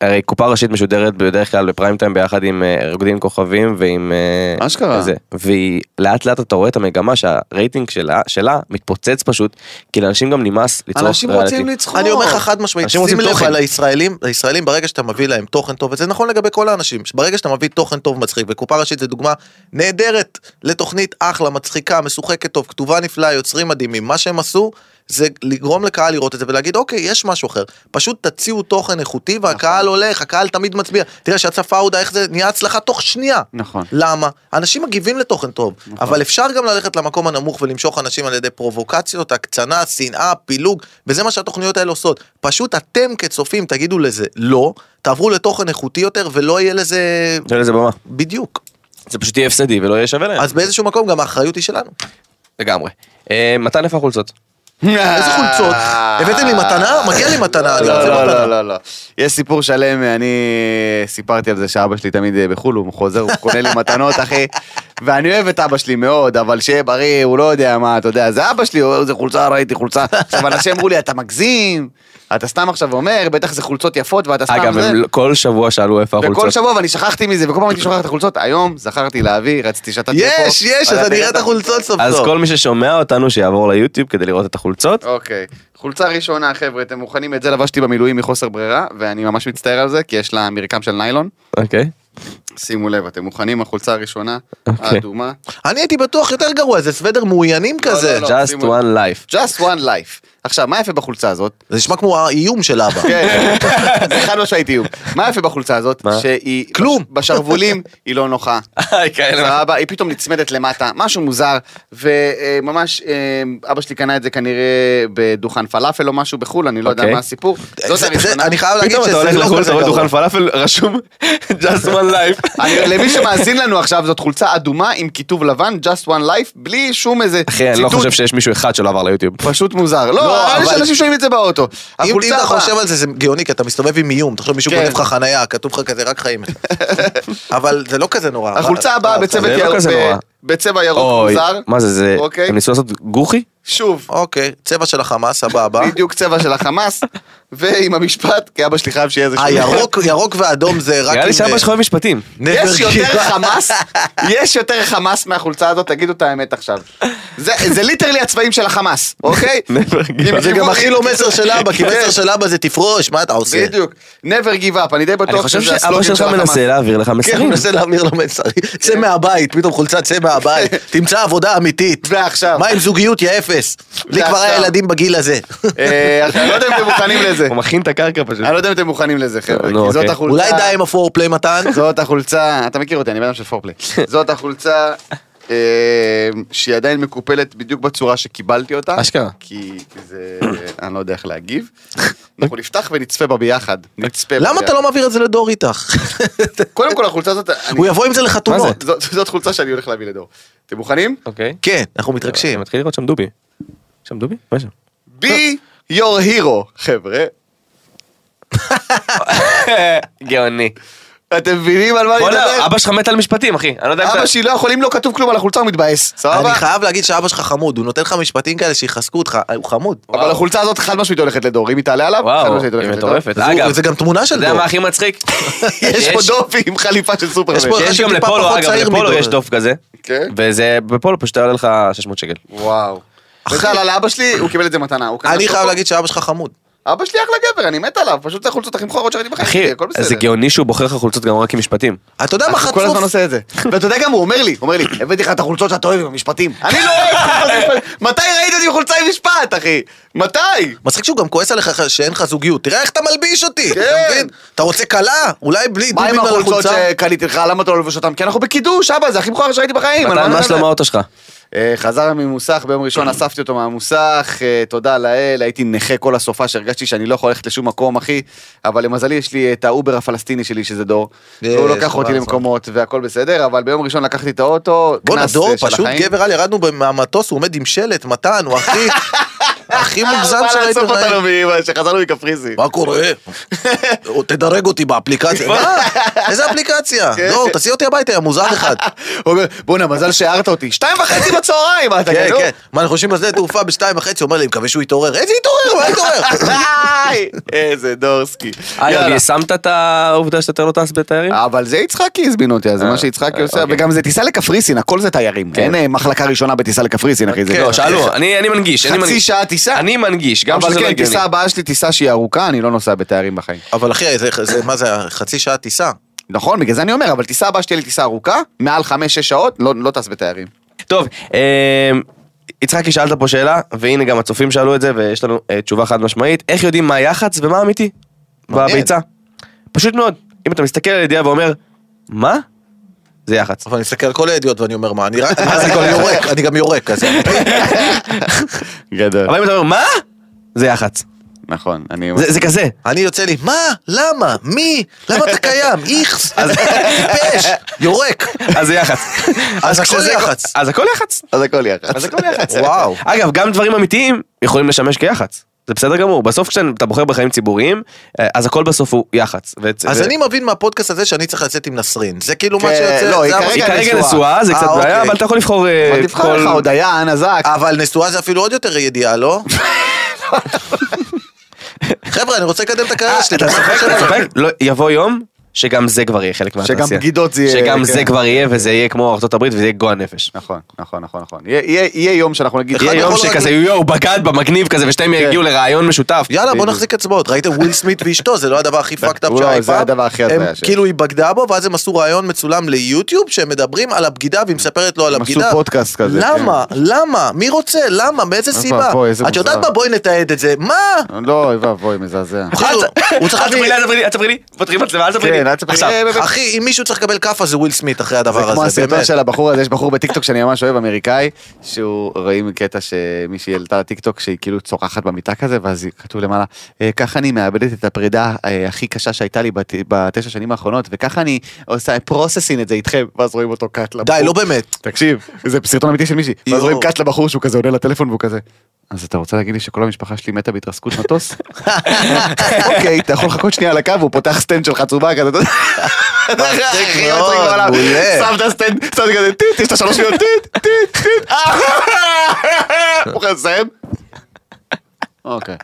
הרי קופה ראשית משודרת בדרך כלל בפריים טיים ביחד עם אה, רוקדים עם כוכבים ועם... אה,
אשכרה.
זה. והיא לאט לאט אתה רואה את המגמה שהרייטינג שלה- שלה מתפוצץ פשוט, כי לאנשים גם נמאס לצרוך
אנשים רוצים לצחוק.
אני אומר לך חד משמעית,
אנשים
שים
רוצים
לב
תוכן.
על הישראלים, הישראלים ברגע שאתה מביא להם תוכן טוב, וזה נכון לגבי כל האנשים, ברגע שאתה מביא תוכן טוב מצחיק, וקופה ראשית זו דוגמה נהדרת לתוכנית אחלה, מצחיקה, משוחקת טוב, כתובה נפלאה, יוצרים מדהימים, מה שהם עשו, זה לגרום לקהל לראות את זה ולהגיד אוקיי יש משהו אחר פשוט תציעו תוכן איכותי והקהל
נכון.
הולך הקהל תמיד מצביע תראה שהצפה הודעה איך זה נהיה הצלחה תוך שנייה
נכון.
למה אנשים מגיבים לתוכן טוב אבל אפשר גם ללכת למקום הנמוך ולמשוך אנשים על ידי פרובוקציות הקצנה שנאה פילוג וזה מה שהתוכניות האלה עושות פשוט אתם כצופים תגידו לזה לא תעברו לתוכן איכותי יותר ולא יהיה לזה
תן לזה במה.
בדיוק
זה פשוט יהיה הפסדי ולא יהיה
כן.
שווה להם.
אז באיזשהו מקום גם האחריות היא שלנו.
לגמרי. אה, מתן איפה החולצות?
איזה חולצות? הבאתם לי מתנה? מגיע לי מתנה, אני
אה. לא,
רוצה
לא,
מתנה.
לא, לא, לא. יש סיפור שלם, אני סיפרתי על זה שאבא שלי תמיד אה, בחו"ל, הוא חוזר, הוא קונה לי מתנות, אחי. ואני אוהב את אבא שלי מאוד, אבל שיהיה בריא, הוא לא יודע מה, אתה יודע, זה אבא שלי, הוא אומר, איזה חולצה, ראיתי חולצה. עכשיו, אנשים אמרו לי, אתה מגזים, אתה סתם עכשיו אומר, בטח זה חולצות יפות, ואתה סתם...
אגב,
זה."
הם לא- כל שבוע שאלו איפה
וכל
החולצות.
שבוע, ואני שכחתי מזה, וכל פעם הייתי שוכח את החולצות. היום זכרתי להביא, רציתי שאתה תהיה פה.
יש, יש, אתה נראה את החולצות סוף
אז
סוף.
כל מי ששומע אותנו שיעבור ליוטיוב כדי לראות את החולצות.
אוקיי. חולצה ראשונה, חבר'ה, אתם מוכנים? את זה לבשתי במילואים מחוסר ברירה, ואני ממש מצטער על זה, כי יש לה מרקם של ניילון.
אוקיי.
שימו לב, אתם מוכנים? החולצה הראשונה,
אוקיי.
האדומה.
אני הייתי בטוח יותר גרוע, זה סוודר מעוניינים כזה.
לא,
Just
שימו-
one life.
Just one life. עכשיו, מה יפה בחולצה הזאת?
זה נשמע כמו האיום של אבא.
כן, זה חד משמעית איום. מה יפה בחולצה הזאת? שהיא...
כלום.
בש- בשרוולים היא לא נוחה. סבבה, היא פתאום נצמדת למטה, משהו מוזר, וממש אה, אבא שלי קנה את זה כנראה בדוכן פלאפל או משהו בחו"ל, אני לא יודע
אוקיי.
מה הסיפור. זאת
זה-
הראשונה.
זה- אני חייב להגיד
פתאום אתה
שזה
הולך
לא
לחו"ל, אתה
כזה
רואה
גרוע.
דוכן פלאפל רשום Just one life.
אני- למי שמאזין לנו עכשיו, זאת חולצה אדומה עם כיתוב לבן, just one life, בלי שום איזה
אחי, אני לא חושב שיש מישהו אחד שלא עבר ליוטיוב.
פשוט מוזר. לא,
אבל-
יש אנשים שומעים את זה באוטו.
אם אם
החולצה
אתה
הבאה-
חושב על זה, זה גאוני, כי אתה מסתובב עם איום. תחשוב, מישהו
כן.
גונב לך חנייה, כתוב לך כזה, רק חיים. אבל זה לא כזה נורא.
החולצה
אה,
הבאה בצבע
זה לא
ירוק,
כזה
ב-
נורא.
בצבע ירוק
אוי,
מוזר.
מה זה, זה,
אוקיי.
הם ניסו לעשות גוחי?
שוב,
אוקיי, צבע של החמאס, סבבה.
בדיוק צבע של החמאס, ועם המשפט, כי אבא שלי חייב שיהיה איזה
אה, ירוק- ירוק ואדום זה רק...
נראה
עם,
לי שאבא
אה,
שלך אוהב משפטים.
never
יש
give
יותר
up.
חמאס, יש יותר חמאס מהחולצה הזאת, תגידו את האמת עכשיו. זה זה ליטרלי הצבעים של החמאס, אוקיי?
Never give
אם-
up.
זה
אם-
גם הכי לא מסר של אבא, כי
כן,
מסר של אבא זה תפרוש, מה אתה עושה?
בדיוק. never give up, אני די
אני
בטוח
חושב
שזה
שאבא
הסלוגן של
שלך
החמאס.
מנסה להעביר לך
כן, הוא
מסרים.
מנסה להעביר לו מסרים.
כן.
צא מהבית, פתאום חולצה, צא מהבית. תמצא עבודה אמיתית.
ועכשיו.
מה עם זוגיות, יא אפס? לי כבר היה
ועכשיו.
ילדים בגיל הזה.
אה, אני לא יודע אם אתם מוכנים לזה.
הוא מכין את הקרקע פשוט.
אני לא יודע אם אתם מוכנים לזה, חבר'ה,
נו,
כי זאת
אוקיי.
החולצה.
אולי די עם הפורפליי מתן?
זאת החולצה, אתה מכיר אותי, אני בן אדם של פורפלי. זאת החולצה אה, שהיא עדיין מקופלת בדיוק בצורה שקיבלתי אותה.
אשכרה.
כי זה, אני לא יודע איך להגיב. אנחנו נפתח ונצפה בה ביחד. נצפה בה
למה אתה
ביחד.
לא מעביר את זה לדור איתך?
קודם כל החולצה הזאת, אני-
הוא יבוא עם זה לחתונות.
זאת- זאת חולצה שאני הולך להביא לדור. אתם מוכנים?
אוקיי.
כן, אנחנו
אני
מתרגשים.
מתחיל לראות שם דובי. שם דובי? מה שם?
בי יור הירו, חבר'ה.
גאוני.
אתם מבינים על מה אני מדבר?
בוא'נה, לא, אבא שלך מת על משפטים, אחי. אני לא יודע אם
אבא
אתה...
שלי לא יכול, אם לא כתוב כלום על החולצה הוא מתבאס,
אני
סבבה?
חייב להגיד שאבא שלך חמוד, הוא נותן לך משפטים כאלה שיחזקו אותך, אה, הוא חמוד.
אבל החולצה הזאת חד משמעית הולכת לדור, אם היא תעלה עליו, חד
וואו,
משמעית
היא
הולכת לדור.
מטורפת.
אז הוא-
אגב,
זה גם תמונה
אתה
של
יודע
דור.
מה הכי מצחיק?
יש פה
שיש-
דופי עם חליפה של סופרמן.
יש פה אחד
שיש גם
שטיפה
לפולו,
פחות
אגב,
צעיר
לפולו
מדור.
יש דוף כזה.
כן.
וזה, בפולו פשוט היה עולה לך 600 שקל.
וואו. בכלל, על אבא שלי, הוא קיבל את זה מתנה. הוא קנה
אני
שוקו.
חייב להגיד שאבא שלך חמוד.
אבא שלי אחלה גבר, אני מת עליו, פשוט זה החולצות הכי מכוערות שראיתי בחיים
אחי,
שלי, כן, הכל בסדר. כן,
זה גאוני שהוא בוחר לך חולצות גם רק עם משפטים.
אתה יודע מה
הוא כל הזמן
חצוף?
עושה את זה. ואתה יודע גם, הוא אומר לי, הוא אומר לי, הבאתי לך את החולצות שאתה אוהב עם המשפטים. אני לא אוהב חולצות עם משפט. מתי ראית אותי עם חולצה עם משפט, אחי? מתי?
מצחיק שהוא גם כועס עליך שאין לך זוגיות, תראה איך אתה מלביש אותי, אתה
כן.
מבין? אתה רוצה כלה? אולי בלי
מה
דובים על
עם החולצות
החולצה?
שקניתי לך, למה אתה לא לובש אותם? כי אנחנו בקידוש, אבא, זה הכי מכוער שראיתי בחיים. על
מתן,
אתה
מה שלום
מדבר?
האוטו שלך?
אה, חזר ממוסך ביום ראשון, אספתי אותו מהמוסך, אה, תודה לאל, הייתי נכה כל הסופה שהרגשתי שאני לא יכול ללכת לשום מקום, אחי, אבל למזלי יש לי את האובר הפלסטיני שלי, שזה דור,
אה,
והוא לוקח
חבל
אותי
הזמן.
למקומות והכל בסדר, אבל ביום ראשון לקחתי את האוטו,
בואנה
קנס
דור,
אה, של
פשוט
החיים.
גבר על, ירדנו מהמטוס, הוא עומד עם שלט, מתן, הוא הכי, הכי מוגזם
בא
שראיתי
לאסוף אותנו
בחיים.
מאמא, שחזרנו מקפריסין.
מה קורה? או, תדרג אותי באפליקציה. מה? איזה אפליקציה?
כן.
דור, תסיע אותי הביתה, יא מוזר אחד.
הוא אומר, בואנה, מזל שהערת אותי, שתיים וחצי בצהריים, מה אתה כאילו?"
כן,
גדול?
כן. מה, אנחנו יושבים בשדה תעופה בשתיים וחצי, אומר לי, מקווה שהוא יתעורר. איזה יתעורר? מה יתעורר?
היי, איזה דורסקי.
אגב,
יאללה. אה,
יישמת את העובדה שאתה לא טס
כן.
בתיירים?
אבל זה יצחקי הזמין אותי, אז זה מה שיצחקי עושה, וגם זה טיסה לקפריסין, הכל זה תיירים. אין אה, מחלקה ראשונה בטיסה לקפריסין, אחי.
כן.
זה
לא, שאלו, אני אני מנגיש, אני
כן. חצי
מנגיש.
שעה טיסה.
אני מנגיש, גם
אבל
שזה לא
כן,
הגיוני.
טיסה הבאה שלי, טיסה שהיא ארוכה, אני לא נוסע בתיירים בחיים.
אבל אחי, זה- זה- מה זה, חצי שעה טיסה?
נכון, בגלל זה אני אומר, אבל טיסה הבאה שתהיה לי טיסה ארוכה, מעל 5-6 שעות, לא לא טס בתיירים.
טוב, אמ,
יצחקי, שאלת פה שאלה, והנה גם הצופים שאלו את זה, ויש לנו אה, תשובה חד משמעית. איך יודעים מה היח"צ ומה אמיתי
מעניין.
בביצה? פשוט מאוד. אם אתה מסתכל על ידיעה ואומר, מה? זה יח"צ.
אבל אני מסתכל על כל הידיעות ואני אומר מה, אני רק, אני גם יורק, אני גם יורק, אז
גדול.
אבל אם אתה אומר, מה? זה יח"צ.
נכון, אני...
זה זה כזה.
אני יוצא לי, מה, למה, מי, למה אתה קיים, איכס, טיפש, יורק,
אז זה יח"צ.
אז הכל
כשזה-
יח"צ.
אז הכל יח"צ.
אז הכל יחד.
אז הכל יח"צ.
וואו.
אגב, גם דברים אמיתיים יכולים לשמש כיח"צ. זה בסדר גמור. בסוף כשאתה בוחר בחיים ציבוריים, אה, אז הכל בסוף הוא יח"צ. ו-
אז
ו-
אני מבין מהפודקאסט הזה שאני צריך לצאת עם נסרין, זה כאילו מה
כן,
שיוצא,
לא,
זה
היא
ה-
היא
כרגע
כרגע
נשואה.
נשואה, זה
אה,
קצת בעיה,
אוקיי.
אבל אתה יכול לבחור אה,
אבל תבחר
כל-
לך עוד דיין, הזק.
אבל נשואה זה אפילו עוד יותר ידיעה, לא? חבר'ה, אני רוצה לקדם את הקריירה שלי,
אתה
אתה
צוחק,
חושב
אתה
על זה?
צוחק, לא, יבוא יום שגם זה כבר יהיה חלק
שגם
מהתעשייה.
בגידות זה יהיה,
שגם
כן.
זה כבר יהיה, וזה יהיה כמו ארה"ב, וזה יהיה גועל נפש.
נכון, נכון, נכון, נכון. יהיה- יהיה יהיה יום שאנחנו נגיד...
יהיה
אחד
יום
יכול רק-
שכזה יואו בגד במגניב כזה ושתיים
כן.
יגיעו לרעיון משותף.
יאללה בוא נחזיק אצבעות ראיתם וויל סמית ואשתו זה לא הדבר הכי fucked up
לא,
שהיה אי
זה
פעם.
הדבר הכי הזיה
הם
שיש.
כאילו היא בגדה בו ואז הם עשו ראיון מצולם ליוטיוב שהם מדברים על הבגידה והיא מספרת לו על
הם עשו
הבגידה.
פודקאסט כזה,
למה למה מי רוצה למה מאיזה סיבה
ואבוי, איזה
את יודעת
מוזר.
מה בואי נתעד את זה מה.
לא, אוי ואבוי, מזעזע.
כאילו, הוא צריך
אל תפרי לי,
לקבל-
אל תפרי לי, אל תפרי לי, פותחים מצלמה, אל תפרי לי.
כן, אל תספרי
עכשיו,
לי. אה,
אחי אם מישהו צריך לקבל כאפה זה וויל סמית אחרי
זה
הדבר
כמו
הזה
הסרטון
באמת.
של הבחור הזה, יש בחור בטיקטוק שאני ממש אוהב, אמריקאי, שהוא, רואים קטע שמישהי העלתה לטיקטוק שהיא כאילו צורחת במיטה כזה, ואז היא- כתוב למעלה, "אה, ככה אני מאבדת את הפרידה אה, הכי קשה שהייתה לי בת- בתשע שנים האחרונות, וככה אני עושה פרוססין את זה איתכם, ואז רואים אותו קאט לבחור.
די לא באמת.
תקשיב, זה סרטון אמיתי של מישהי, ואז
יואו.
רואים קאט לבחור שהוא כזה עונה לטלפון והוא כזה. אז אתה רוצה להגיד לי שכל המשפחה שלי מתה בהתרסקות מטוס? אוקיי, אתה יכול לחכות שנייה על הקו, הוא פותח סטנד של חצובה כזה, אתה יודע.
מצחיק
הכי
מאוד,
מצחיק בעולם.
מעולה.
שם את הסטנד, שם כזה טיט, יש את השלוש שניות טיט, טיט, טיט, אה, הוא כזה מסיים. אוקיי.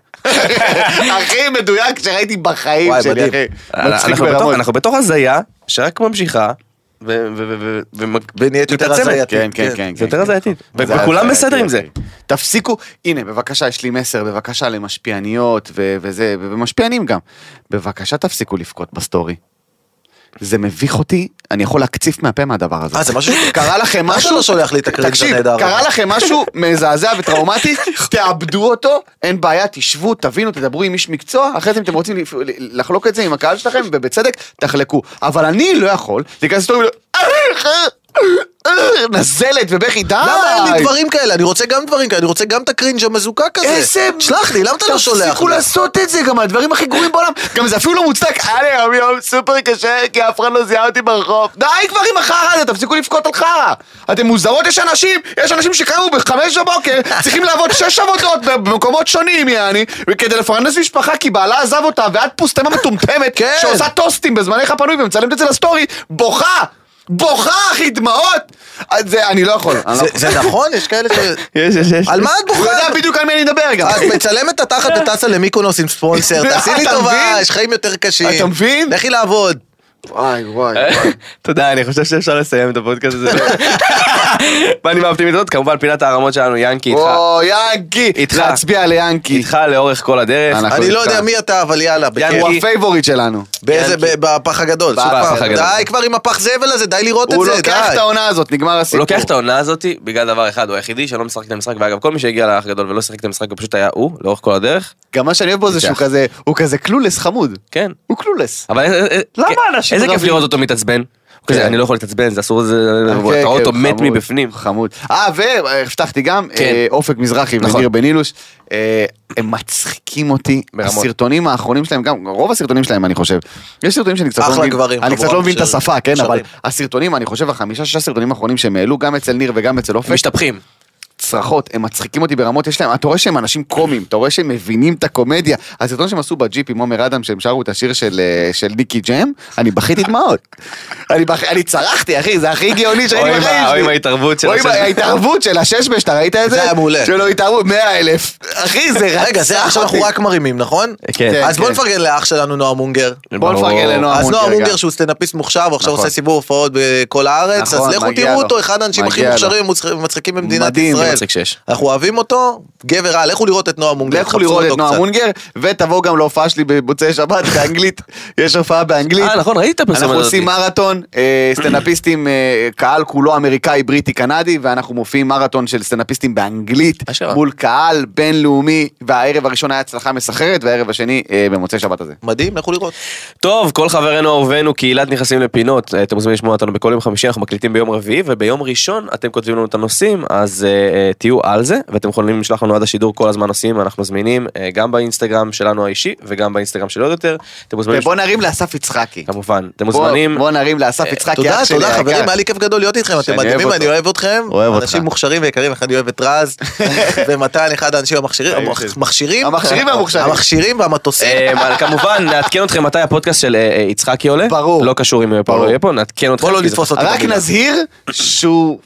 הכי מדויק שראיתי בחיים
וואי,
שלי,
מדהים.
אחי. מצחיק
אה, אנחנו בתוך-
ברמות.
אנחנו בתוך הזיה שרק ממשיכה. ו- ו- ו- ו- ומק-
ונהיית יותר
מתעצמת.
הזייתית.
כן, כן, כן.
זה יותר
כן.
הזייתי. ו-
זה
וכולם
הזייתי,
בסדר עם זה.
אחי. תפסיקו, הנה בבקשה יש לי מסר, בבקשה למשפיעניות ו- וזה, ו- ומשפיענים גם. בבקשה תפסיקו לבכות בסטורי. זה מביך אותי, אני יכול להקציף מהפה מהדבר הזה.
אה, זה משהו-
קרה לכם
אתה
משהו,
לא שולח לי את הקרדיט
תקשיב,
הנהדר הזה. כן.
קרה לכם משהו מזעזע וטראומטי, תאבדו אותו, אין בעיה, תשבו, תבינו, תדברו עם איש מקצוע, אחרי זה אם אתם רוצים לפ- לחלוק את זה עם הקהל שלכם, ובצדק, תחלקו. אבל אני לא יכול להיכנס "אה, לסטורי ולא... אה, נזלת ובכי די.
למה אין
אה.
לי דברים כאלה? אני רוצה גם דברים כאלה, אני רוצה גם את הקרינג' המזוקק הזה.
איזה...
שלח לי, למה אתה לא שולח לי?
תפסיקו לעשות את זה, גם הדברים הכי גרועים בעולם. גם זה אפילו לא מוצדק. היה לי היום יום סופר קשה, כי אף אחד לא זיהה אותי ברחוב. די כבר עם החרא הזה, תפסיקו לבכות על חרא. אתם מוזרות, יש אנשים, יש אנשים שקמו בחמש בבוקר, צריכים לעבוד שש עבודות במקומות שונים, יעני, כדי לפרנס משפחה, כי בעלה עזב אותה, ואת פוסטמה מטומטמת,
כן.
שעושה טוסטים בזמנך הפנוי ומצלמת את זה לסטורי, בוכה! בוכה אחי, דמעות! זה, אני לא יכול. אני לא
זה-
יכול.
זה נכון? יש כאלה ש...
יש, יש, יש.
על מה את
הוא
בוחרת?
יודע בדיוק על מי אני מדבר גם.
את מצלמת את התחת וטסה למיקונוס עם ספונסר, תעשי לי
אתה
טובה,
מבין?
יש חיים יותר קשים.
אתה מבין?
לכי לעבוד.
וואי וואי וואי.
תודה, אני חושב שאפשר לסיים את הפודקאסט הזה. ואני מהאופטימית הזאת, כמובן פינת הערמות שלנו, ינקי איתך.
או ינקי,
איתך.
להצביע ליינקי,
איתך לאורך כל הדרך.
אנחנו
אני לא
איתך.
יודע מי אתה, אבל יאללה, בכיף.
הוא
כי-
הפייבוריט שלנו.
באיזה, ב- בפח הגדול.
בפח
שוב פעם.
הגדול.
די כבר עם הפח זבל הזה, די לראות את
הוא
זה,
לוקח
די.
את העונה הזאת, נגמר
הוא
הסיפור.
לוקח את העונה הזאת בגלל דבר אחד, הוא היחידי שלא משחק את המשחק, ואגב כל מי שהגיע לאח גדול ולא שיחק את המשחק הוא פשוט היה הוא לאורך כל הדרך,
גם מה שאני אוהב בו זה שהוא
ניצח.
כזה, הוא כזה קלולס חמוד.
כן.
הוא קלולס.
אבל איזה- איזה-
למה
כן,
אנשים
איזה כיף
רבים?
לראות אותו מתעצבן. הוא כזה, אני לא יכול להתעצבן, זה אסור, זה...
כן,
אתה רואה אותו
כן,
מת
חמוד,
מבפנים.
חמוד. אה, והבטחתי גם,
כן.
אה, אופק מזרחי
נכון.
וניר בן אילוש, אה, הם מצחיקים אותי.
ברמות.
הסרטונים האחרונים שלהם, גם רוב הסרטונים שלהם אני חושב. יש סרטונים שאני קצת
אחלה
לא מבין,
גברים,
אני
חבורה
קצת לא מבין את
של-
השפה, כן, אבל
שרים.
הסרטונים, אני חושב, החמישה, שישה סרטונים האחרונים שהם העלו, גם אצל ניר וגם אצל
הם
אופק,
משתפכים.
צרחות, הם מצחיקים אותי ברמות, יש להם, אתה רואה שהם אנשים קומיים, אתה רואה שהם מבינים את הקומדיה. הסרטון שהם עשו בג'יפ עם עומר אדם, שהם שרו את השיר של, אה, של ניקי ג'ם, אני בכיתי דמעות. אני, בח... אני צרחתי, אחי, זה הכי גאוני שהייתי
או עם
בחיים
ה- או
שלי.
עם ההתערבות של
או עם
השש-
ההתערבות של הששבש, אתה ראית את זה?
זה היה מעולה.
שלא התערבו 100 אלף. אחי, זה רצח
רגע, זה עכשיו אנחנו
אותי.
רק מרימים, נכון?
כן.
כן,
אז בוא
כן.
נפרגן לאח שלנו נועם מונגר.
בוא
ברור.
נפרגן לנועם
אז
מונגר.
נועם מונגר
גם.
שהוא סטנדאפיסט מוכשר ועכשיו
נכון.
עושה סיבוב הופעות בכל הארץ, אז
נכון,
לכו
מגיע
תראו
לו.
אותו, אחד האנשים הכי
מגיע לו.
מוכשרים ומצחיקים במדינת
מדהים,
ישראל.
6.
אנחנו אוהבים אותו, גבר על, לכו לראות את נועה מונגר,
לכו
חפשו
לראות את
אותו
נועה
קצת.
מונגר, ותבואו גם להופעה שלי במוצאי שבת באנגלית, יש הופעה באנגלית.
אה, נכון, ראיתי את הפרסומת
אנחנו
הזאת.
עושים מרתון, אה, סטנדאפיסטים, אה, קהל כולו אמריקאי, בריטי, קנדי, ואנחנו מופיעים מרתון של סטנדאפיסטים באנגלית,
אשכרה.
מול קהל בינלאומי, והערב הראשון היה הצלחה מסחררת, והערב השני אה, במוצאי שבת הזה.
מדהים, לכו לראות.
טוב, כל חברינו אהובינו, קהילת נכנסים לפינות. אה, אתם מוזמנים לשמוע אותנו בכל יום חמישי, אנחנו מקליטים ביום רביעי, וביום ראשון אתם כותבים לנו את הנושאים, אז אה, אה, תהיו על זה, ואתם יכולים לשלוח לנו עד השידור כל הזמן נושאים, אנחנו זמינים אה, גם באינסטגרם שלנו האישי, וגם באינסטגרם של עוד יותר. אתם מוזמנים...
ובוא כן, נרים לאסף יצחקי.
כמובן, אתם
בוא-
לא מוזמנים...
בוא נרים לאסף
אה,
יצחקי,
תודה,
אח שלי
תודה
היקר.
חברים, היה לי כיף גדול להיות איתכם, אתם
שאני אוהב
מדהימים,
אותו.
אני אוהב אתכם.
אוהב אותך.
אנשים מוכשרים ויקרים, אחד אוהב את רז, ומתן אחד האנשים המכשירים, המכשירים,
המכשירים והמוכשרים.
המכשירים והמטוסים.
אה, אבל כמובן, נעדכן אתכם מתי הפודקאסט של אה, אה, יצחקי עולה.
ברור.
לא קשור אם הוא יהיה פה או
ברור.
לא יהיה פה, נעדכן אתכם.
בוא לא
כי זה-
נתפוס אותי
רק
במילה.
נזהיר שהוא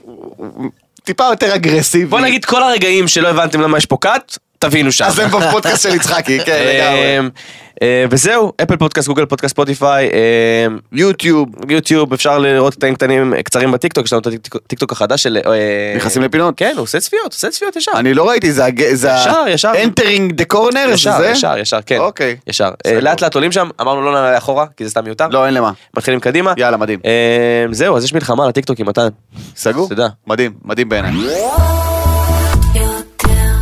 טיפה יותר אגרסיבי.
בוא נגיד כל הרגעים שלא הבנתם למה יש פה קאט, תבינו שם.
אז הם בפודקאסט של יצחקי, כן, לגמרי.
אמ, אה, וזהו, אפל פודקאסט, גוגל פודקאסט, ספוטיפיי, אמ,
יוטיוב,
יוטיוב, אפשר לראות קטעים קטנים אה, קצרים בטיקטוק, יש לנו את הטיקטוק החדש של... אה,
נכנסים לפינות.
כן, הוא עושה צפיות, עושה צפיות ישר.
אני לא ראיתי, זה הג- זה ה...
ישר, ישר.
entering the corner,
ישר,
זה?
ישר, ישר, כן.
אוקיי.
ישר. אה, לאט לאט עולים שם, אמרנו לא נעלה אחורה, כי זה סתם מיותר.
לא, אין למה.
מתחילים קדימה.
יאללה, מדהים.
אה, זהו, אז יש מלחמה על הטיקטוק עם מתן.
סגור?
תודה.
מדהים, מדהים בעיניי.